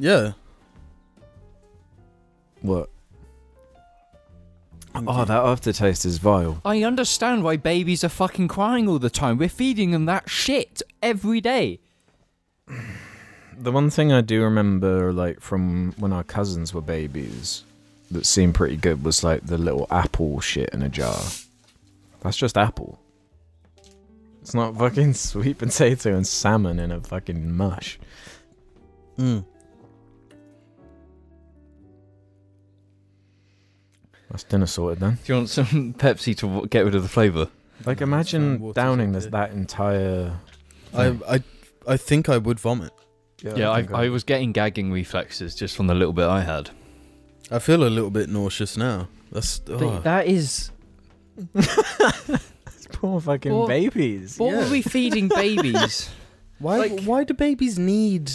S1: Yeah,
S3: What? Oh, that aftertaste is vile.
S2: I understand why babies are fucking crying all the time. We're feeding them that shit every day.
S3: The one thing I do remember, like from when our cousins were babies, that seemed pretty good was like the little apple shit in a jar. That's just apple. It's not fucking *laughs* sweet potato and salmon in a fucking mush.
S1: Mm.
S3: That's dinner sorted then.
S2: Do you want some Pepsi to w- get rid of the flavour?
S3: Like
S1: No, it's
S3: imagine
S1: not
S3: downing
S1: water,
S3: this,
S1: so-
S3: that entire.
S1: I, I, I think I would vomit.
S2: Yeah, I, I was getting gagging reflexes just from the little bit I had.
S1: I feel a little bit nauseous now. That's oh.
S2: that is.
S3: poor fucking
S2: Or- *laughs*
S3: babies.
S2: What were
S1: Yeah.
S2: we feeding babies?
S1: why.
S2: like-
S1: why do babies need?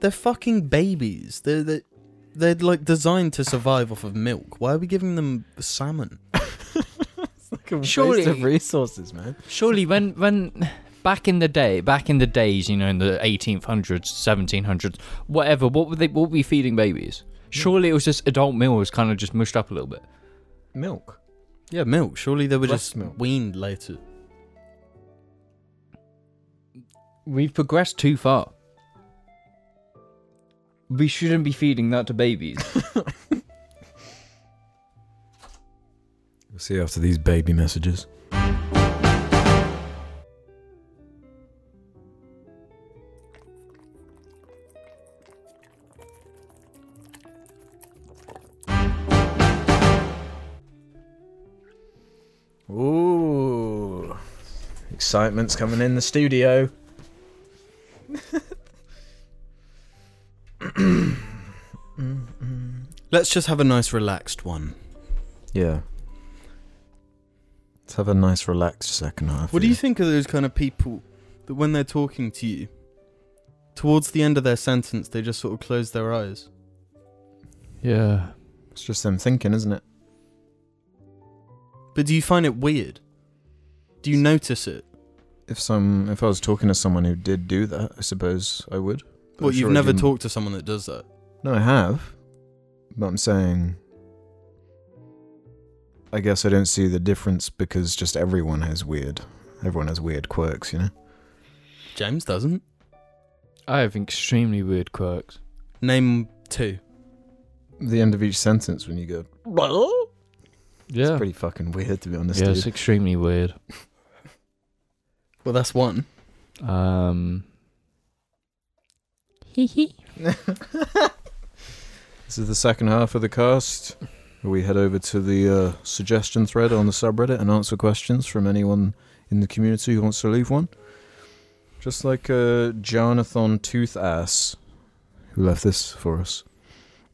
S1: They're fucking babies. They're they, they're like designed to survive off of milk. Why are we giving them salmon?
S2: Surely-
S3: waste of resources, man.
S2: Surely, when when back in the day, back in the days, you know, in the 1800s, 1700s, whatever, what were they? What were we feeding babies? Surely it was just adult meals, kind of just mushed up a little bit.
S3: Milk.
S1: Yeah, milk. Surely they were
S3: Breast
S1: just
S3: milk.
S1: weaned later.
S2: We've progressed too far. We shouldn't be feeding that to babies.
S3: We'll see after these baby messages. Ooh. Excitement's coming in the studio.
S1: Let's just have a nice relaxed one.
S3: Yeah. Let's have a nice relaxed second half.
S1: What do you think of those kind of people that when they're talking to you, towards the end of their sentence, they just sort of close their eyes?
S2: *laughs* yeah.
S3: It's just them thinking, isn't it?
S1: But do you find it weird? Do you notice it?
S3: If some, if I was talking to someone who did do that, I suppose I would. But
S1: Well,
S3: I'm
S1: you've
S3: sure I
S1: never
S3: didn't.
S1: talked to someone that does that.
S3: No, I have. But I'm saying, I guess I don't see the difference because just everyone has weird, everyone has weird quirks, you know.
S1: James doesn't.
S2: I have extremely weird quirks.
S1: Name two.
S3: The end of each sentence when you go,
S2: Yeah.
S3: it's pretty fucking weird to be honest.
S2: yeah, it's
S3: dude.
S2: extremely weird.
S1: Well, that's one.
S2: Um,
S3: This is the second half of the cast. We head over to the uh, suggestion thread on the subreddit and answer questions from anyone in the community who wants to leave one. Just like uh, Jonathan Toothass, who left this for us.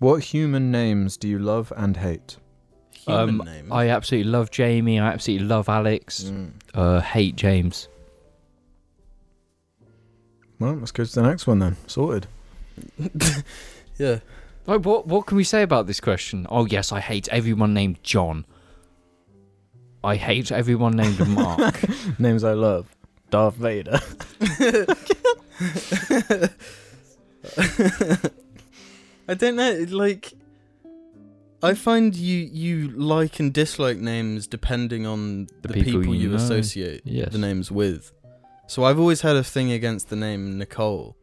S3: What human names do you love and hate?
S1: Human
S2: Um,
S1: name.
S2: I absolutely love Jamie. I absolutely love Alex.
S3: Mm.
S2: Uh, hate James.
S3: Well, let's go to the next one then. Sorted.
S1: yeah.
S2: Like, Oh, what what can we say about this question? Oh yes, I hate everyone named John. I hate everyone *laughs* named Mark.
S3: *laughs* Names I love Darth Vader.
S1: I don't know. it- Like, I find you you like and dislike names depending on the, people, you,
S2: know.
S1: associate
S2: yes.
S1: the names with. So I've always had a thing against the name Nicole.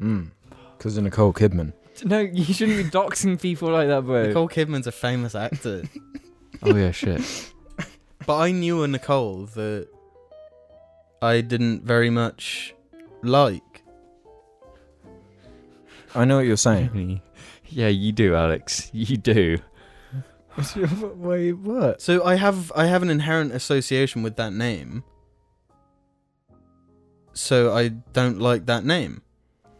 S3: Mm. Because of Nicole Kidman.
S2: No, you shouldn't be doxing people like that, bro.
S1: Nicole Kidman's a famous *laughs* actor,
S2: Oh yeah, *laughs* shit.
S1: but I knew a Nicole that I didn't very much like.
S3: I know what you're saying.
S2: yeah, you do, Alex. You do.
S3: *laughs* Wait, what?
S1: So I have I have an inherent association with that name. So I don't like that name.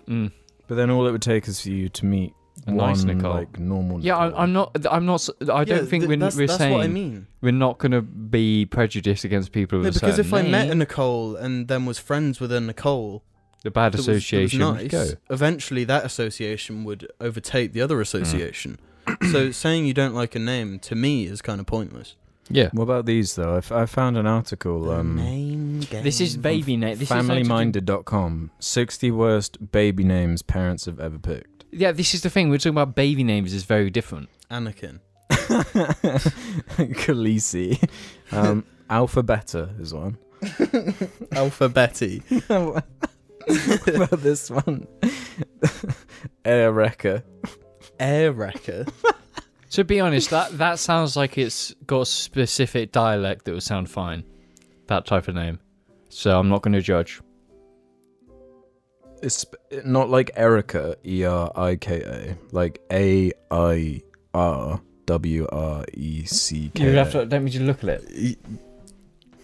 S2: Mm.
S3: But then all it would take is for you to meet
S2: A
S3: one
S2: nice Nicole.
S3: like normal.
S2: Yeah, I,
S3: Nicole.
S2: I'm not. I'm not. s- I don't
S1: Yeah,
S2: think
S1: th-
S2: we're,
S1: that's,
S2: we're
S1: that's
S2: saying
S1: what I mean.
S2: we're not going to be prejudiced against people with
S1: No,
S2: a
S1: because
S2: certain
S1: if I met a
S2: name.
S1: Nicole and then was friends with a Nicole
S2: the bad
S1: that was- that was
S2: association would
S1: nice,
S2: go.
S1: eventually that association would overtake the other association.
S2: Hmm.
S1: so saying you don't like a name to me is kind of pointless.
S2: Yeah.
S3: What about these though? I, f- I found an article. Um,
S1: name
S2: This is baby name. This is actually-
S3: FamilyMinded.com. 60 worst baby names parents have ever picked.
S2: *laughs* Yeah, this is the thing. We're talking about baby names is very different.
S1: Anakin. *laughs*
S3: Khaleesi. Um, Alpha Beta is one.
S1: Alpha
S2: *laughs*
S1: Betty.
S3: what about this *laughs* one? Air Wrecker.
S1: Air Wrecker.
S2: To be honest, that that sounds like it's got a specific dialect that would sound fine. That type of name. So I'm not going to judge.
S3: It's sp- not like Erica, E R I K A, like A I R W R E C K.
S2: Let me just look at it.
S1: Y-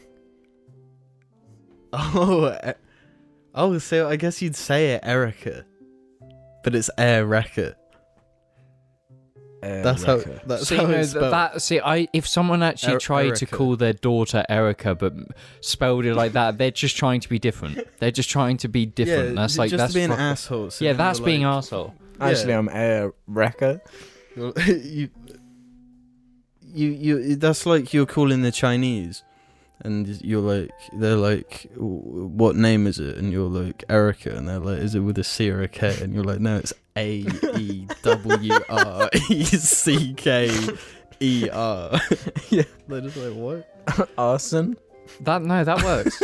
S1: *laughs* Oh, e- oh. So I guess you'd say it, Erica, but it's Air Wrecker.
S3: Air
S1: That's how.
S3: Wrecker.
S1: That's
S2: see,
S1: how
S2: no,
S1: it's
S2: th-
S1: spelled.
S2: that, see, I if someone actually
S1: Er-
S2: tried to
S1: Erica.
S2: call their daughter Erica but m- spelled it like that, they're just trying to be different. They're just trying to be different. that's
S1: ju-
S2: like
S1: just
S2: that's
S1: to be an
S2: proper-
S1: asshole. so
S2: yeah,
S1: you're
S2: that's
S1: like-
S2: being asshole.
S3: Actually,
S1: Yeah.
S3: I'm Air Wrecker.
S1: Well, *laughs* you, you, you. That's like you're calling the Chinese, and you're like, they're like, "W- what name is it? And you're like Erica, and they're like, is it with a C or a K? And you're like, no, it's A E W R E C K E *laughs* R.
S3: Yeah.
S1: they're just like what?
S3: *laughs* Arson.
S2: That no, that
S1: *laughs*
S2: *laughs* works.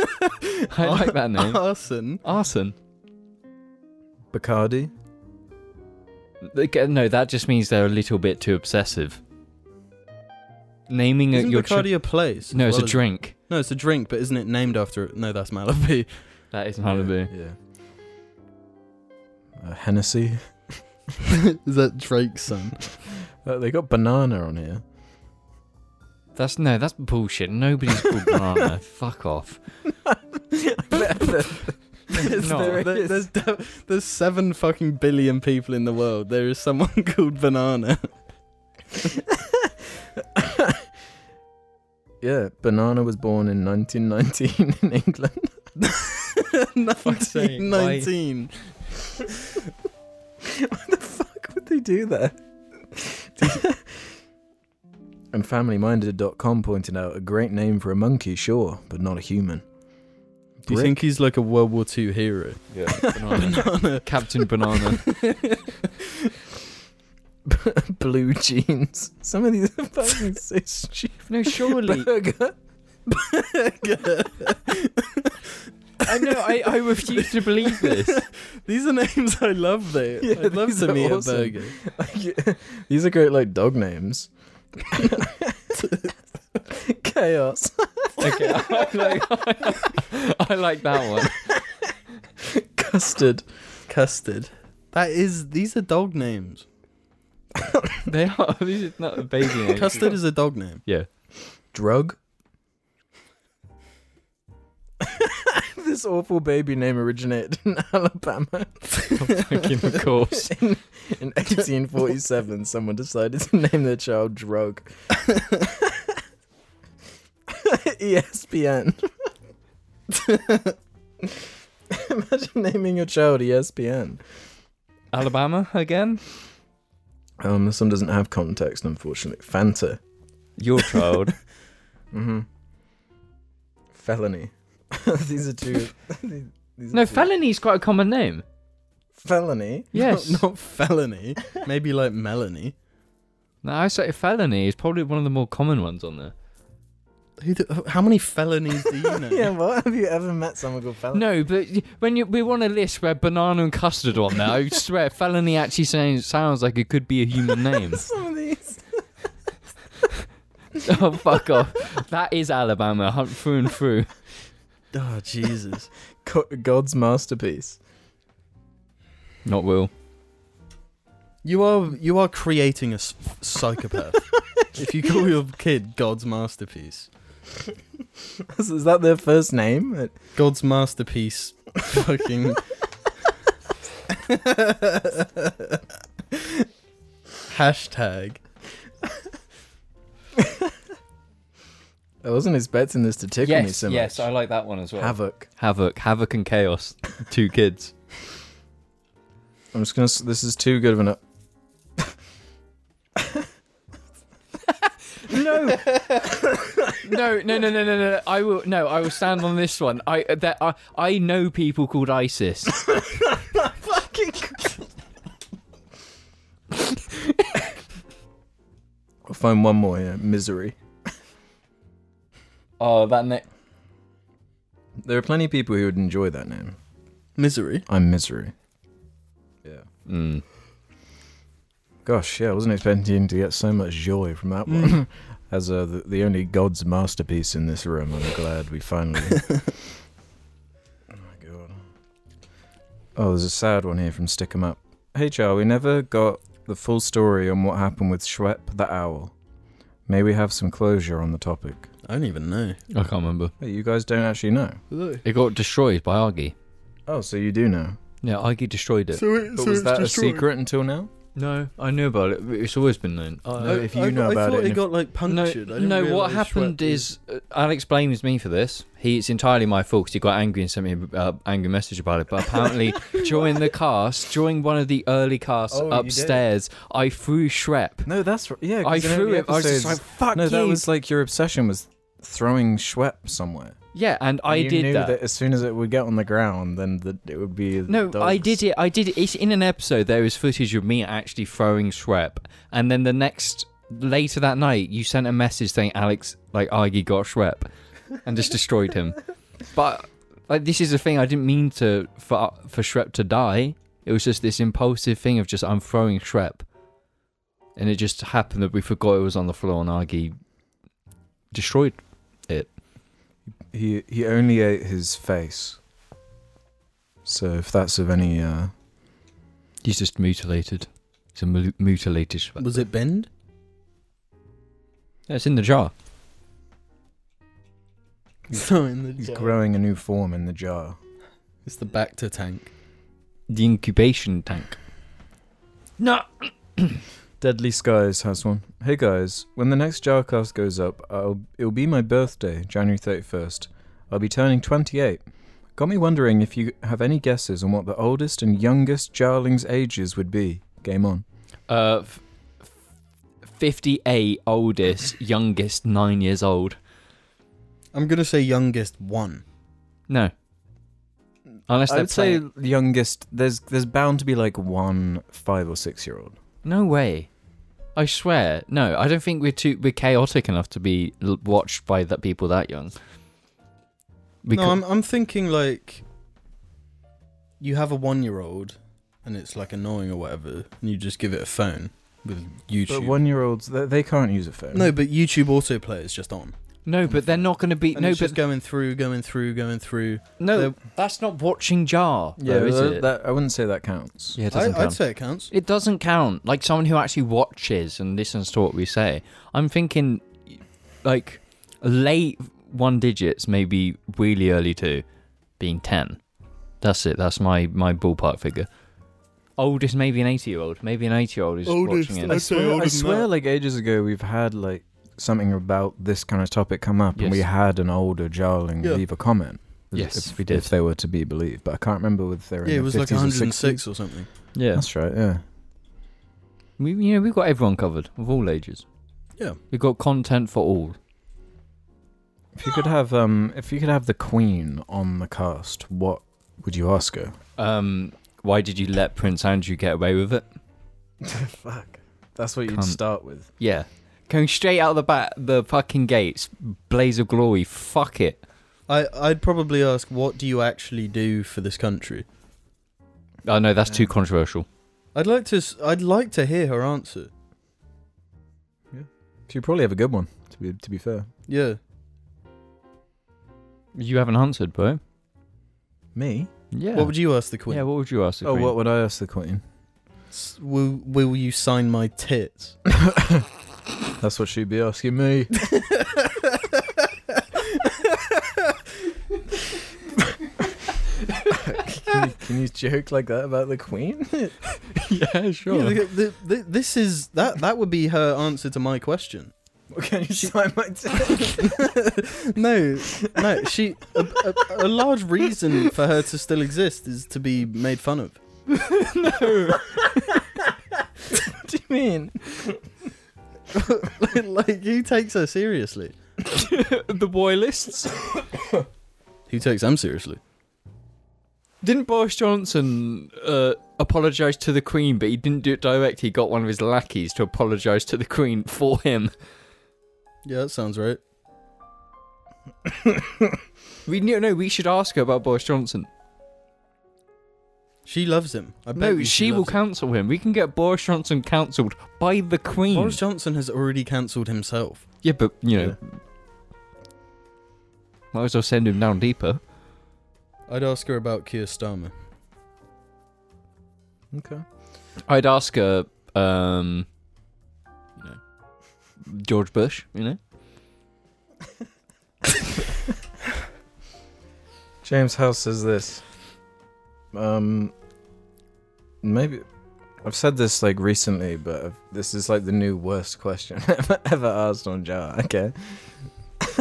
S2: I like that name.
S1: Arson.
S2: Arson.
S3: Bacardi.
S2: Again, No, that just means they're a little bit too obsessive. Naming
S1: Isn't
S2: it your
S1: Bacardi
S2: drink.
S1: a place?
S2: no,
S1: as
S2: it's a
S1: well as-
S2: drink.
S1: No, it's a drink, but isn't it named after it? No, that's
S2: *laughs*
S1: Malibu.
S2: That is Malibu.
S3: Yeah. Uh, Hennessy.
S1: is that Drake's son?
S2: *laughs*
S3: Uh, they got banana on here. *laughs*
S2: That's no, that's bullshit. Nobody's called *laughs* banana. Fuck off.
S1: There's, Oh,
S2: No.
S1: there- there- there's, de- there's seven fucking billion people in the world. There is someone *laughs* called Banana.
S3: yeah, banana was born in 1919 in England.
S1: *laughs*
S3: *laughs*
S2: sake, why-
S1: 1919.
S3: *laughs* Fuck, would they do that? *laughs* and FamilyMinded.com pointed out a great name for a monkey, sure, but not a human.
S1: Do you
S3: Brick.
S1: think he's like a World War II
S2: *laughs*
S1: hero?
S3: Yeah.
S2: Banana.
S1: Banana.
S2: Captain Banana.
S3: *laughs* Blue jeans. Some of these are *laughs* fucking so stupid.
S2: *laughs* No, surely.
S3: *laughs* Burger.
S2: I know. I, I refuse to believe this.
S1: *laughs* These are names I love, though.
S3: Yeah,
S1: I'd love
S3: these
S1: to
S3: are
S1: meet
S3: awesome.
S1: a burger.
S3: Like, *laughs* these are great, like, dog *laughs* names. Chaos.
S2: *laughs* Okay, I like, I like that one.
S3: Custard.
S1: Custard. That is, these are dog names.
S2: They are. This is not a baby name.
S1: Custard
S2: *laughs*
S1: is a dog name.
S2: Yeah.
S3: Drug. this awful baby name originated in *laughs* Alabama.
S2: Fucking of *laughs* course.
S3: In 1847, someone decided to name their child Drug. *laughs* E ESPN. *laughs* Imagine naming your child E ESPN.
S2: Alabama again.
S3: Um, this one doesn't have context, unfortunately. Fanta.
S2: Your child.
S3: Mm-hmm. Felony. *laughs* these are two. *laughs* these are
S2: No,
S3: two-
S2: felony's quite a common name.
S3: Felony. *laughs*
S2: Yes.
S1: Not, not felony. Maybe like Melanie.
S2: No, I say felony is probably one of the more common ones on there.
S1: Who the, how many felonies do
S3: *laughs*
S1: you know?
S3: yeah, what? Have you ever met someone called Felony?
S2: No, but y- when you, we want a list where banana and custard on there, *laughs* I swear felony actually sounds, sounds like it could be a human *laughs* name.
S3: *laughs* Some of these.
S2: oh, fuck off. That is Alabama, hunt through and through.
S1: Oh, Jesus.
S3: Co- God's masterpiece. *laughs*
S2: Not Will.
S1: You are you are creating a s-
S3: *laughs*
S1: psychopath. if you call your kid God's masterpiece,
S3: Is that their first name?
S1: God's masterpiece, fucking. *laughs* Hashtag.
S3: I wasn't expecting this to tickle me
S2: Yes,
S3: so much.
S2: yes, I like that one as well.
S3: Havoc.
S2: Havoc, Havoc and Chaos, *laughs* two kids.
S3: I'm just gonna. s- This is too good of an.
S2: No, *laughs* no, no, no, no, no, no. I will no. I will stand on this one. I that I I know people called ISIS.
S3: Fucking. find one more here. Misery.
S2: Oh, that name.
S3: There are plenty of people who would enjoy that name.
S1: Misery.
S3: I'm misery. Yeah.
S2: Mm.
S3: Gosh, yeah, I wasn't expecting to get so much joy from that
S2: Hmm.
S3: one. *laughs* As uh, the, the only God's masterpiece in this room, I'm glad
S2: *laughs*
S3: we finally. oh my god. Oh, there's a sad one here from Stick 'em Up. Hey, Char, we never got the full story on what happened with Schwepp the Owl. May we have some closure on the topic?
S1: I don't even know.
S2: I can't remember.
S3: Hey, you guys don't actually know.
S2: It got destroyed by Argy.
S3: Oh, so you do know.
S2: Yeah, Argy destroyed it.
S1: So, it,
S3: But was that a secret until now?
S2: No, I knew about it. It's always been known.
S3: No, if you know about
S1: I thought
S3: it,
S1: it,
S3: if-
S1: got like punctured. I
S2: No,
S1: didn't
S2: no what
S1: realise
S2: happened
S1: Schweppes-
S2: is uh, Alex blames me for this. He it's entirely my fault because he got angry and sent me an uh, angry message about it. But
S3: *laughs*
S2: apparently, during the cast, during one of the early casts
S3: Oh, you did.
S2: upstairs, I threw Shrep.
S3: No, that's r- yeah. 'cause
S2: I
S3: in every
S2: threw it. I was just
S3: episode-
S2: like, "Fuck
S3: no,
S2: you!"
S3: that was like your obsession was throwing Schwepp somewhere.
S2: yeah, and I
S3: you
S2: did
S3: knew
S2: that.
S3: As soon as it would get on the ground, then the, it would be.
S2: No, I did it. I did it. It's in an episode. There is footage of me actually throwing Shrep, and then the next later that night, you sent a message saying Alex like Argy got Shrep, and just destroyed him. But like this is a thing I didn't mean to for for Shrep to die. It was just this impulsive thing of just I'm throwing Shrep, and it just happened that we forgot it was on the floor and Argy destroyed.
S3: He he only ate his face. So if that's of any, uh,
S2: He's just mutilated. It's a mu- mutilated Shrep.
S1: Was it *laughs* Bend?
S2: Yeah, it's in the jar.
S1: So in the
S3: he's
S1: jar.
S3: growing a new form in the jar.
S1: It's the back to tank.
S2: The incubation tank. No.
S3: *clears throat* Deadly Skies has one. Hey guys, when the next Jarcast goes up, I'll, it'll be my birthday, January 31st. I'll be turning 28. Got me wondering if you have any guesses on what the oldest and youngest Jarlings' ages would be. Game on.
S2: Uh, f- f- 58
S1: *clears throat*
S2: oldest, youngest, nine years old.
S1: I'm gonna say youngest one.
S2: No. Unless
S3: I
S2: they're
S3: would say
S2: playing.
S3: the youngest. There's there's bound to be like one five or six year old.
S2: No way. I swear. No, I don't think we're too we're chaotic enough to be l- watched by that people that young. We
S1: no, I'm I'm thinking like you have a one year old and it's like annoying or whatever, and you just give it a phone with YouTube.
S3: But one year olds they, they can't use a phone.
S1: no, but YouTube autoplay is just on.
S2: no, but they're not going to be.
S1: And
S2: no,
S1: it's
S2: but
S1: just going through, going through, going through.
S2: no,
S1: they're-
S2: that's not watching Jar. Yeah, Oh, is
S3: that,
S2: it?
S3: that- I wouldn't say that counts.
S2: yeah, it
S1: I,
S2: doesn't
S1: I'd
S2: count.
S1: say it counts.
S2: It doesn't count. Like someone who actually watches and listens to what we say. I'm thinking, like, late one digits, maybe really early two, being ten. That's it. That's my my ballpark figure. Oldest, maybe an eighty-year-old. Maybe an eighty-year-old is
S1: Oldest,
S2: watching
S1: I'd
S2: it.
S1: say
S3: swear,
S1: older
S3: I
S1: than
S3: swear
S1: that.
S3: like ages ago we've had like something about this kind of topic come up and we
S2: Yes.
S3: had an older jarling
S1: Yeah.
S3: leave a comment. if-
S2: Yes,
S3: if,
S2: we did.
S3: If they were to be believed, but I can't remember whether they were. in
S1: Yeah, it
S3: their
S1: was like
S3: 50s or
S1: 106
S3: 60s.
S1: or something.
S2: Yeah,
S3: That's right. Yeah.
S2: we you know we've got everyone covered of all ages.
S1: Yeah.
S2: we've got content for all.
S3: If you could have um, if you could have the Queen on the cast, what would you ask her?
S2: Um, why did you let Prince Andrew get away with it?
S3: Fuck. That's what
S2: Cunt.
S3: start with.
S2: Yeah. Going straight out the back, the fucking gates, blaze of glory. Fuck it.
S1: I I'd probably ask, what do you actually do for this country?
S2: Oh no, that's
S3: Yeah.
S2: too controversial.
S1: I'd like to. s- I'd like to hear her answer.
S3: She'd probably have a good one. To be to be fair,
S1: Yeah.
S2: You haven't answered, bro.
S3: me.
S2: Yeah.
S1: What would you ask the queen?
S2: Yeah. What would you ask? the
S3: Oh,
S2: queen?
S3: what would I ask the Queen?
S1: S- will Will you sign my *laughs* tits?
S3: That's what she'd be asking me. can, you, can you joke like that about the Queen?
S2: *laughs* *laughs* yeah, sure.
S1: Yeah, the- the- this is that. That would be her answer to my *laughs* question.
S3: Well, can you sign my tits?
S1: no, no. She a, a, a large reason for her to still exist is to be made fun of. *laughs*
S3: What do you mean?
S1: like who takes her seriously?
S2: the boy lists.
S1: Who takes them seriously?
S2: Didn't Boris Johnson uh, apologise to the Queen, but he didn't do it direct. He got one of his lackeys to apologise to the Queen *laughs* for him.
S1: Yeah, that sounds right.
S2: We no, no, we should ask her about Boris Johnson.
S1: She loves him. I bet
S2: No,
S1: you
S2: she, will
S1: loves him.
S2: cancel him. We can get Boris Johnson cancelled by the Queen.
S1: Boris Johnson has already cancelled himself.
S2: yeah, but you know, might as well send him down deeper.
S1: I'd ask her about Keir Starmer.
S3: Okay.
S2: I'd ask her, um, you know, George Bush. You know,
S3: James House says this. Um, maybe I've said this like recently, but I've, this is like the new worst question *laughs* I've ever asked on Jar. Okay. *laughs*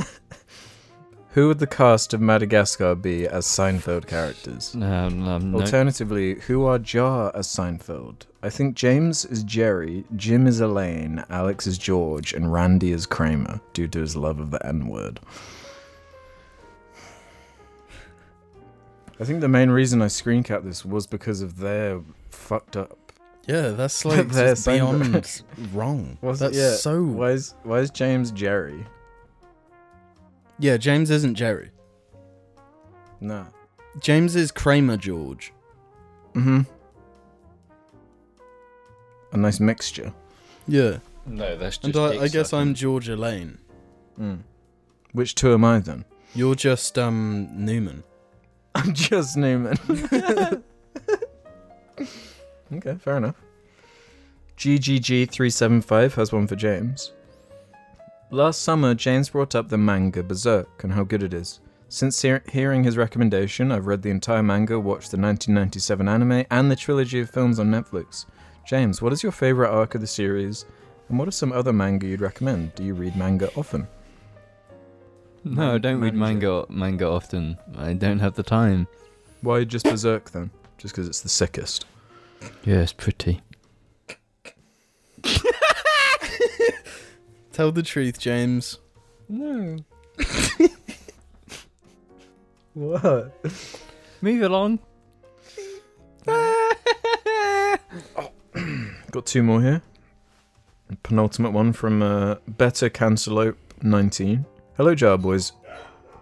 S3: Who would the cast of Madagascar be as Seinfeld characters?
S2: no, no, no.
S3: Alternatively, who are Jar as Seinfeld? I think James is Jerry, Jim is Elaine, Alex is George, and Randy is Kramer due to his love of the N word. I think the main reason I screen capped this was because of their fucked up.
S1: Yeah, that's *laughs* like
S3: They're
S1: just
S3: same-
S1: beyond *laughs* wrong.
S3: Was it-
S1: that's
S3: yeah,
S1: so.
S3: Why is why is James Jerry?
S1: Yeah, James isn't Jerry.
S3: Nah.
S1: James is Kramer George.
S3: Mm-hmm. A nice mixture.
S1: Yeah,
S2: no, that's
S1: and I, I guess I'm George Elaine.
S3: Mm. Which two am I then?
S1: You're just um Newman.
S3: I'm just Newman. okay, fair enough. GGG375 has one for James. Last summer, James brought up the manga Berserk and how good it is. Since hear- hearing his recommendation, I've read the entire manga, watched the 1997 anime, and the trilogy of films on Netflix. James, what is your favorite arc of the series? And what are some other manga you'd recommend? Do you read manga often?
S2: No, I don't read
S3: Manager.
S2: manga manga often. I don't have the time.
S3: Why just Berserk then? Just because it's the sickest.
S2: Yeah, it's pretty.
S1: Tell the truth, James.
S2: *laughs*
S3: No. what?
S2: Move *laughs* along. Ah!
S3: Got two more here. Penultimate one from uh, Better Cantaloupe 19. Hello, Jar Boys.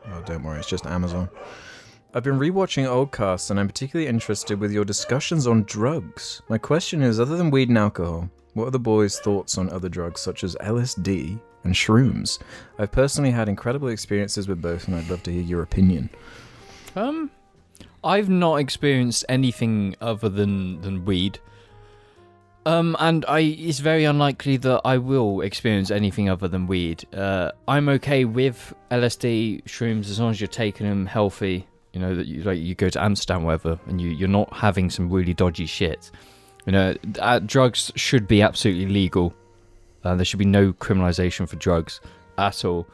S3: Oh, don't worry, it's just Amazon. I've been rewatching old casts and I'm particularly interested with your discussions on drugs. My question is other than weed and alcohol, what are the boys' thoughts on other drugs such as LSD and shrooms? I've personally had incredible experiences with both and I'd love to hear your opinion.
S2: Um, I've not experienced anything other than than weed. Um, and I it's very unlikely that I will experience anything other than weed. Uh, I'm okay with LSD shrooms as long as you're taking them healthy. You know that you like you go to Amsterdam, wherever, and you you're not having some really dodgy shit. You know, uh, drugs should be absolutely legal. Uh, there should be no criminalization for drugs at all.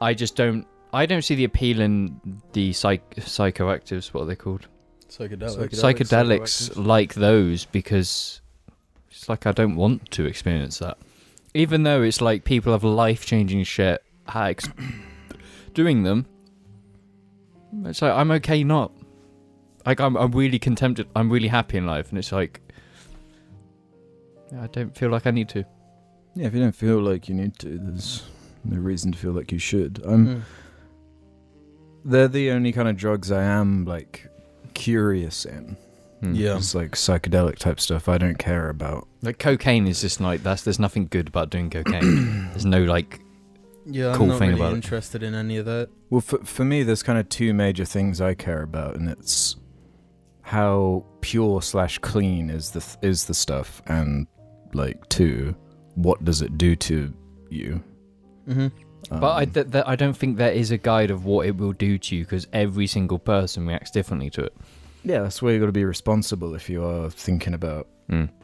S2: I just don't. I don't see the appeal in the psych psychoactives. What are they called?
S1: Psychedelic.
S2: Psychedelics, like those because it's like I don't want to experience that. Even though it's like people have life changing shit hacks *coughs* doing them, it's like I'm okay not. Like I'm, I'm really contented. I'm really happy in life, and it's like I don't feel like I need to.
S3: Yeah, if you don't feel like you need to, there's no reason to feel like you should. I'm.
S1: Mm.
S3: They're the only kind of drugs I am like curious in.
S1: Yeah.
S3: It's like psychedelic type stuff. I don't care about.
S2: Like cocaine is just like that's. There's nothing good about doing cocaine. *coughs* there's no like
S1: Yeah, I'm
S2: Cool
S1: not
S2: thing
S1: really
S2: about it.
S1: interested in any of that.
S3: Well, for for me, there's kind of two major things I care about, and it's how pure slash clean is the th- is the stuff, and like two, what does it do to you?
S1: hmm
S2: But I,
S3: Um,
S2: th- th- I don't think there is a guide of what it will do to you because every single person reacts differently to it.
S3: yeah, that's where you got to be responsible if you are thinking about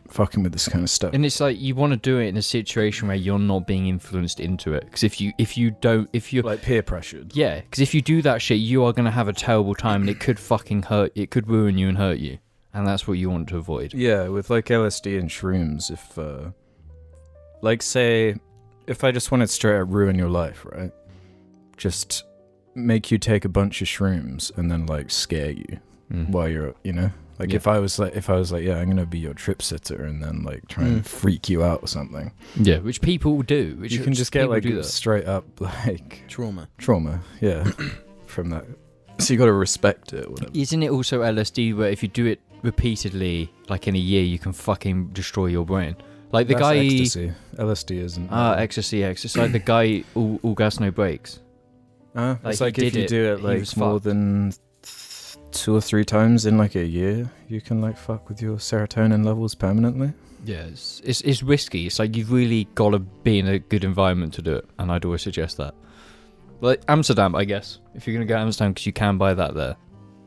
S3: fucking with this kind of stuff.
S2: And it's like you want to do it in a situation where you're not being influenced into it because if you if you don't if you
S3: like peer pressured.
S2: yeah because if you do that shit you are gonna have a terrible time and it could fucking hurt it could ruin you and hurt you and that's what you want to avoid.
S3: Yeah, with like LSD and shrooms, if uh like say if I just wanted straight up ruin your life, right? Just make you take a bunch of shrooms and then like scare you.
S2: Mm.
S3: while you're you know like
S2: Yeah.
S3: if i was like if i was like yeah i'm gonna be your trip sitter and then like try
S1: Mm.
S3: and freak you out or something
S2: Yeah, which people do. Which
S3: you can just get
S2: people
S3: like
S2: do that.
S3: straight up *laughs* like
S1: Trauma.
S3: trauma
S2: *clears throat*
S3: yeah from that so you gotta respect it or whatever
S2: Isn't it also LSD where if you do it repeatedly, like in a year, you can fucking destroy your brain? Like the
S3: That's
S2: guy.
S3: ecstasy. lsd isn't
S2: Ah, ecstasy, ecstasy. Like the guy, all, all gas, no breaks.
S3: Uh,
S2: like,
S3: it's like
S2: he
S3: if
S2: did
S3: you
S2: it,
S3: do
S2: he
S3: it like
S2: was
S3: more
S2: fucked.
S3: than th- two or three times in like a year you can like fuck with your serotonin levels permanently
S2: Yeah, it's, it's, it's risky. It's like you've really got to be in a good environment to do it. And I'd always suggest that. Like Amsterdam, I guess. If you're going to go to Amsterdam, because you can buy that there,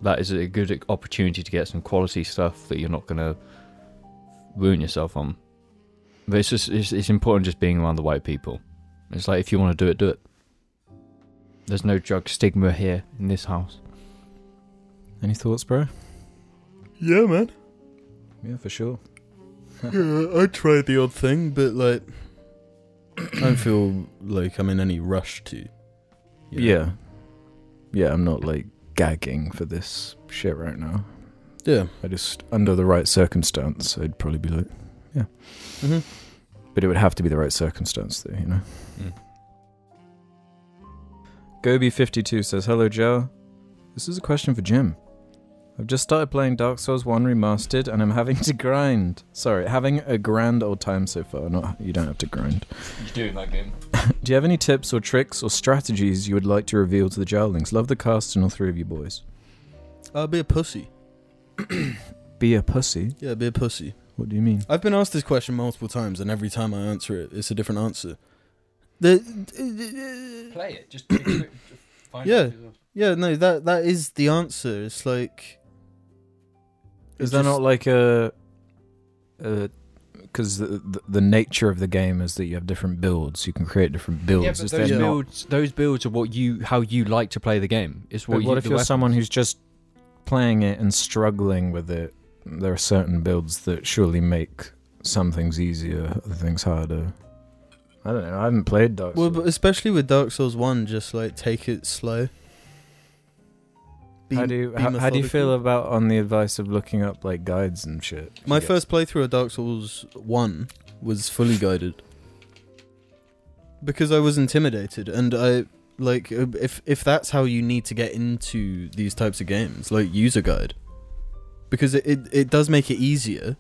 S2: that is a good opportunity to get some quality stuff that you're not going to ruin yourself on. But it's just it's, it's important just being around the white people. It's like if you want to do it, do it. There's no drug stigma here in this house.
S3: any thoughts bro
S1: Yeah, man.
S3: yeah for sure
S1: yeah, I tried the odd thing, but like, *clears throat* I don't feel like I'm in any rush to. you know?
S3: Yeah. Yeah, I'm not like gagging for this shit right now.
S1: Yeah.
S3: I just, under the right circumstance, I'd probably be like,
S1: Mm-hmm.
S3: but it would have to be the right circumstance, though, you know?
S2: Mm.
S3: Gobi52 says, Hello, Joe. This is a question for Jim. I've just started playing Dark Souls 1 Remastered and I'm having to grind. Sorry, having a grand old time so far. Not You don't have to grind.
S2: You're doing that game.
S3: Do you have any tips or tricks or strategies you would like to reveal to the Jowlings? Love the cast and all three of you boys.
S1: I'll be a pussy.
S3: Be a pussy?
S1: Yeah, be a pussy.
S3: What do you mean?
S1: I've been asked this question multiple times, and every time I answer it, it's a different answer. The
S2: Play it. Just *coughs*
S1: it Yeah. yeah, no, that that is the answer. It's like
S3: Is
S1: It
S3: there
S1: just-
S3: not like a, because the, the the nature of the game is that you have different builds, you can create different builds.
S2: Yeah, but
S3: is
S2: those
S1: not-
S2: builds, those builds are what you, how you like to play the game. It's
S3: But
S2: what.
S3: what,
S2: you,
S3: if
S2: the
S3: you're
S2: weapons.
S3: someone who's just playing it and struggling with it? There are certain builds that surely make some things easier, other things harder. I don't know. I haven't played Dark
S1: well,
S3: Souls.
S1: but especially with Dark Souls One, just like take it slow. Be-
S3: how do you,
S1: be
S3: how, how do you feel
S1: methodical.
S3: about on the advice of looking up like guides and shit?
S1: My first playthrough of Dark Souls 1 was fully guided. Because I was intimidated and I like uh, if if that's how you need to get into these types of games, like user guide. Because it, it, it does make it easier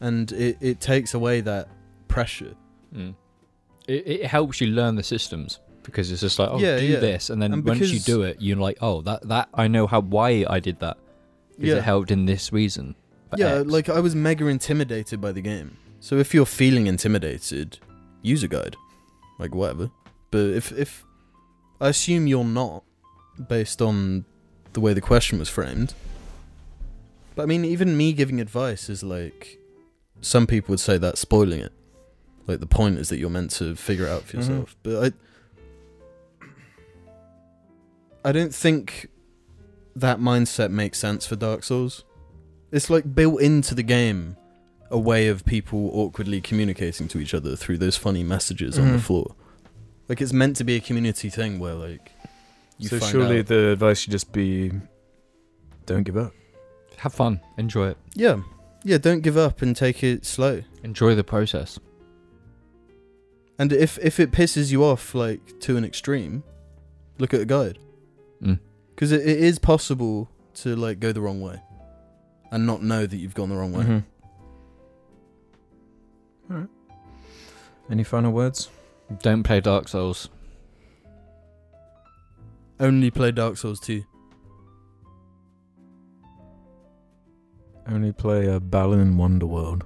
S1: and it, it takes away that pressure.
S2: Mm. It, it helps you learn the systems because it's just like, oh,
S1: Yeah,
S2: do
S1: yeah.
S2: this, and then
S1: And
S2: once you
S1: because-
S2: do it, you're like, oh, that that I know how why I did that because it helped in this reason. for
S1: yeah,
S2: X.
S1: like I was mega intimidated by the game. So if you're feeling intimidated, user guide, like whatever. But if if I assume you're not, based on the way the question was framed. But I mean, even me giving advice is like, some people would say that's spoiling it. Like the point is that you're meant to figure it out for
S2: Mm-hmm.
S3: Mhm.
S1: yourself. But I, I don't think that mindset makes sense for Dark Souls. It's like built into the game a way of people awkwardly communicating to each other through those funny messages on the
S3: Mhm.
S1: floor. Like it's meant to be a community thing where like you
S3: so
S1: find
S3: surely
S1: out-
S3: the advice should just be, don't give up.
S2: have fun, enjoy it,
S1: yeah, yeah. Don't give up and take it slow.
S2: enjoy the process.
S1: And if if it pisses you off like to an extreme, look at a guide
S2: Mm.
S1: because it, it is possible to like go the wrong way and not know that you've gone the wrong way.
S3: Mm-hmm. All right. Any final words?
S2: Don't play Dark Souls.
S1: Only play Dark Souls two.
S3: uh, Only play a Balin Wonderworld.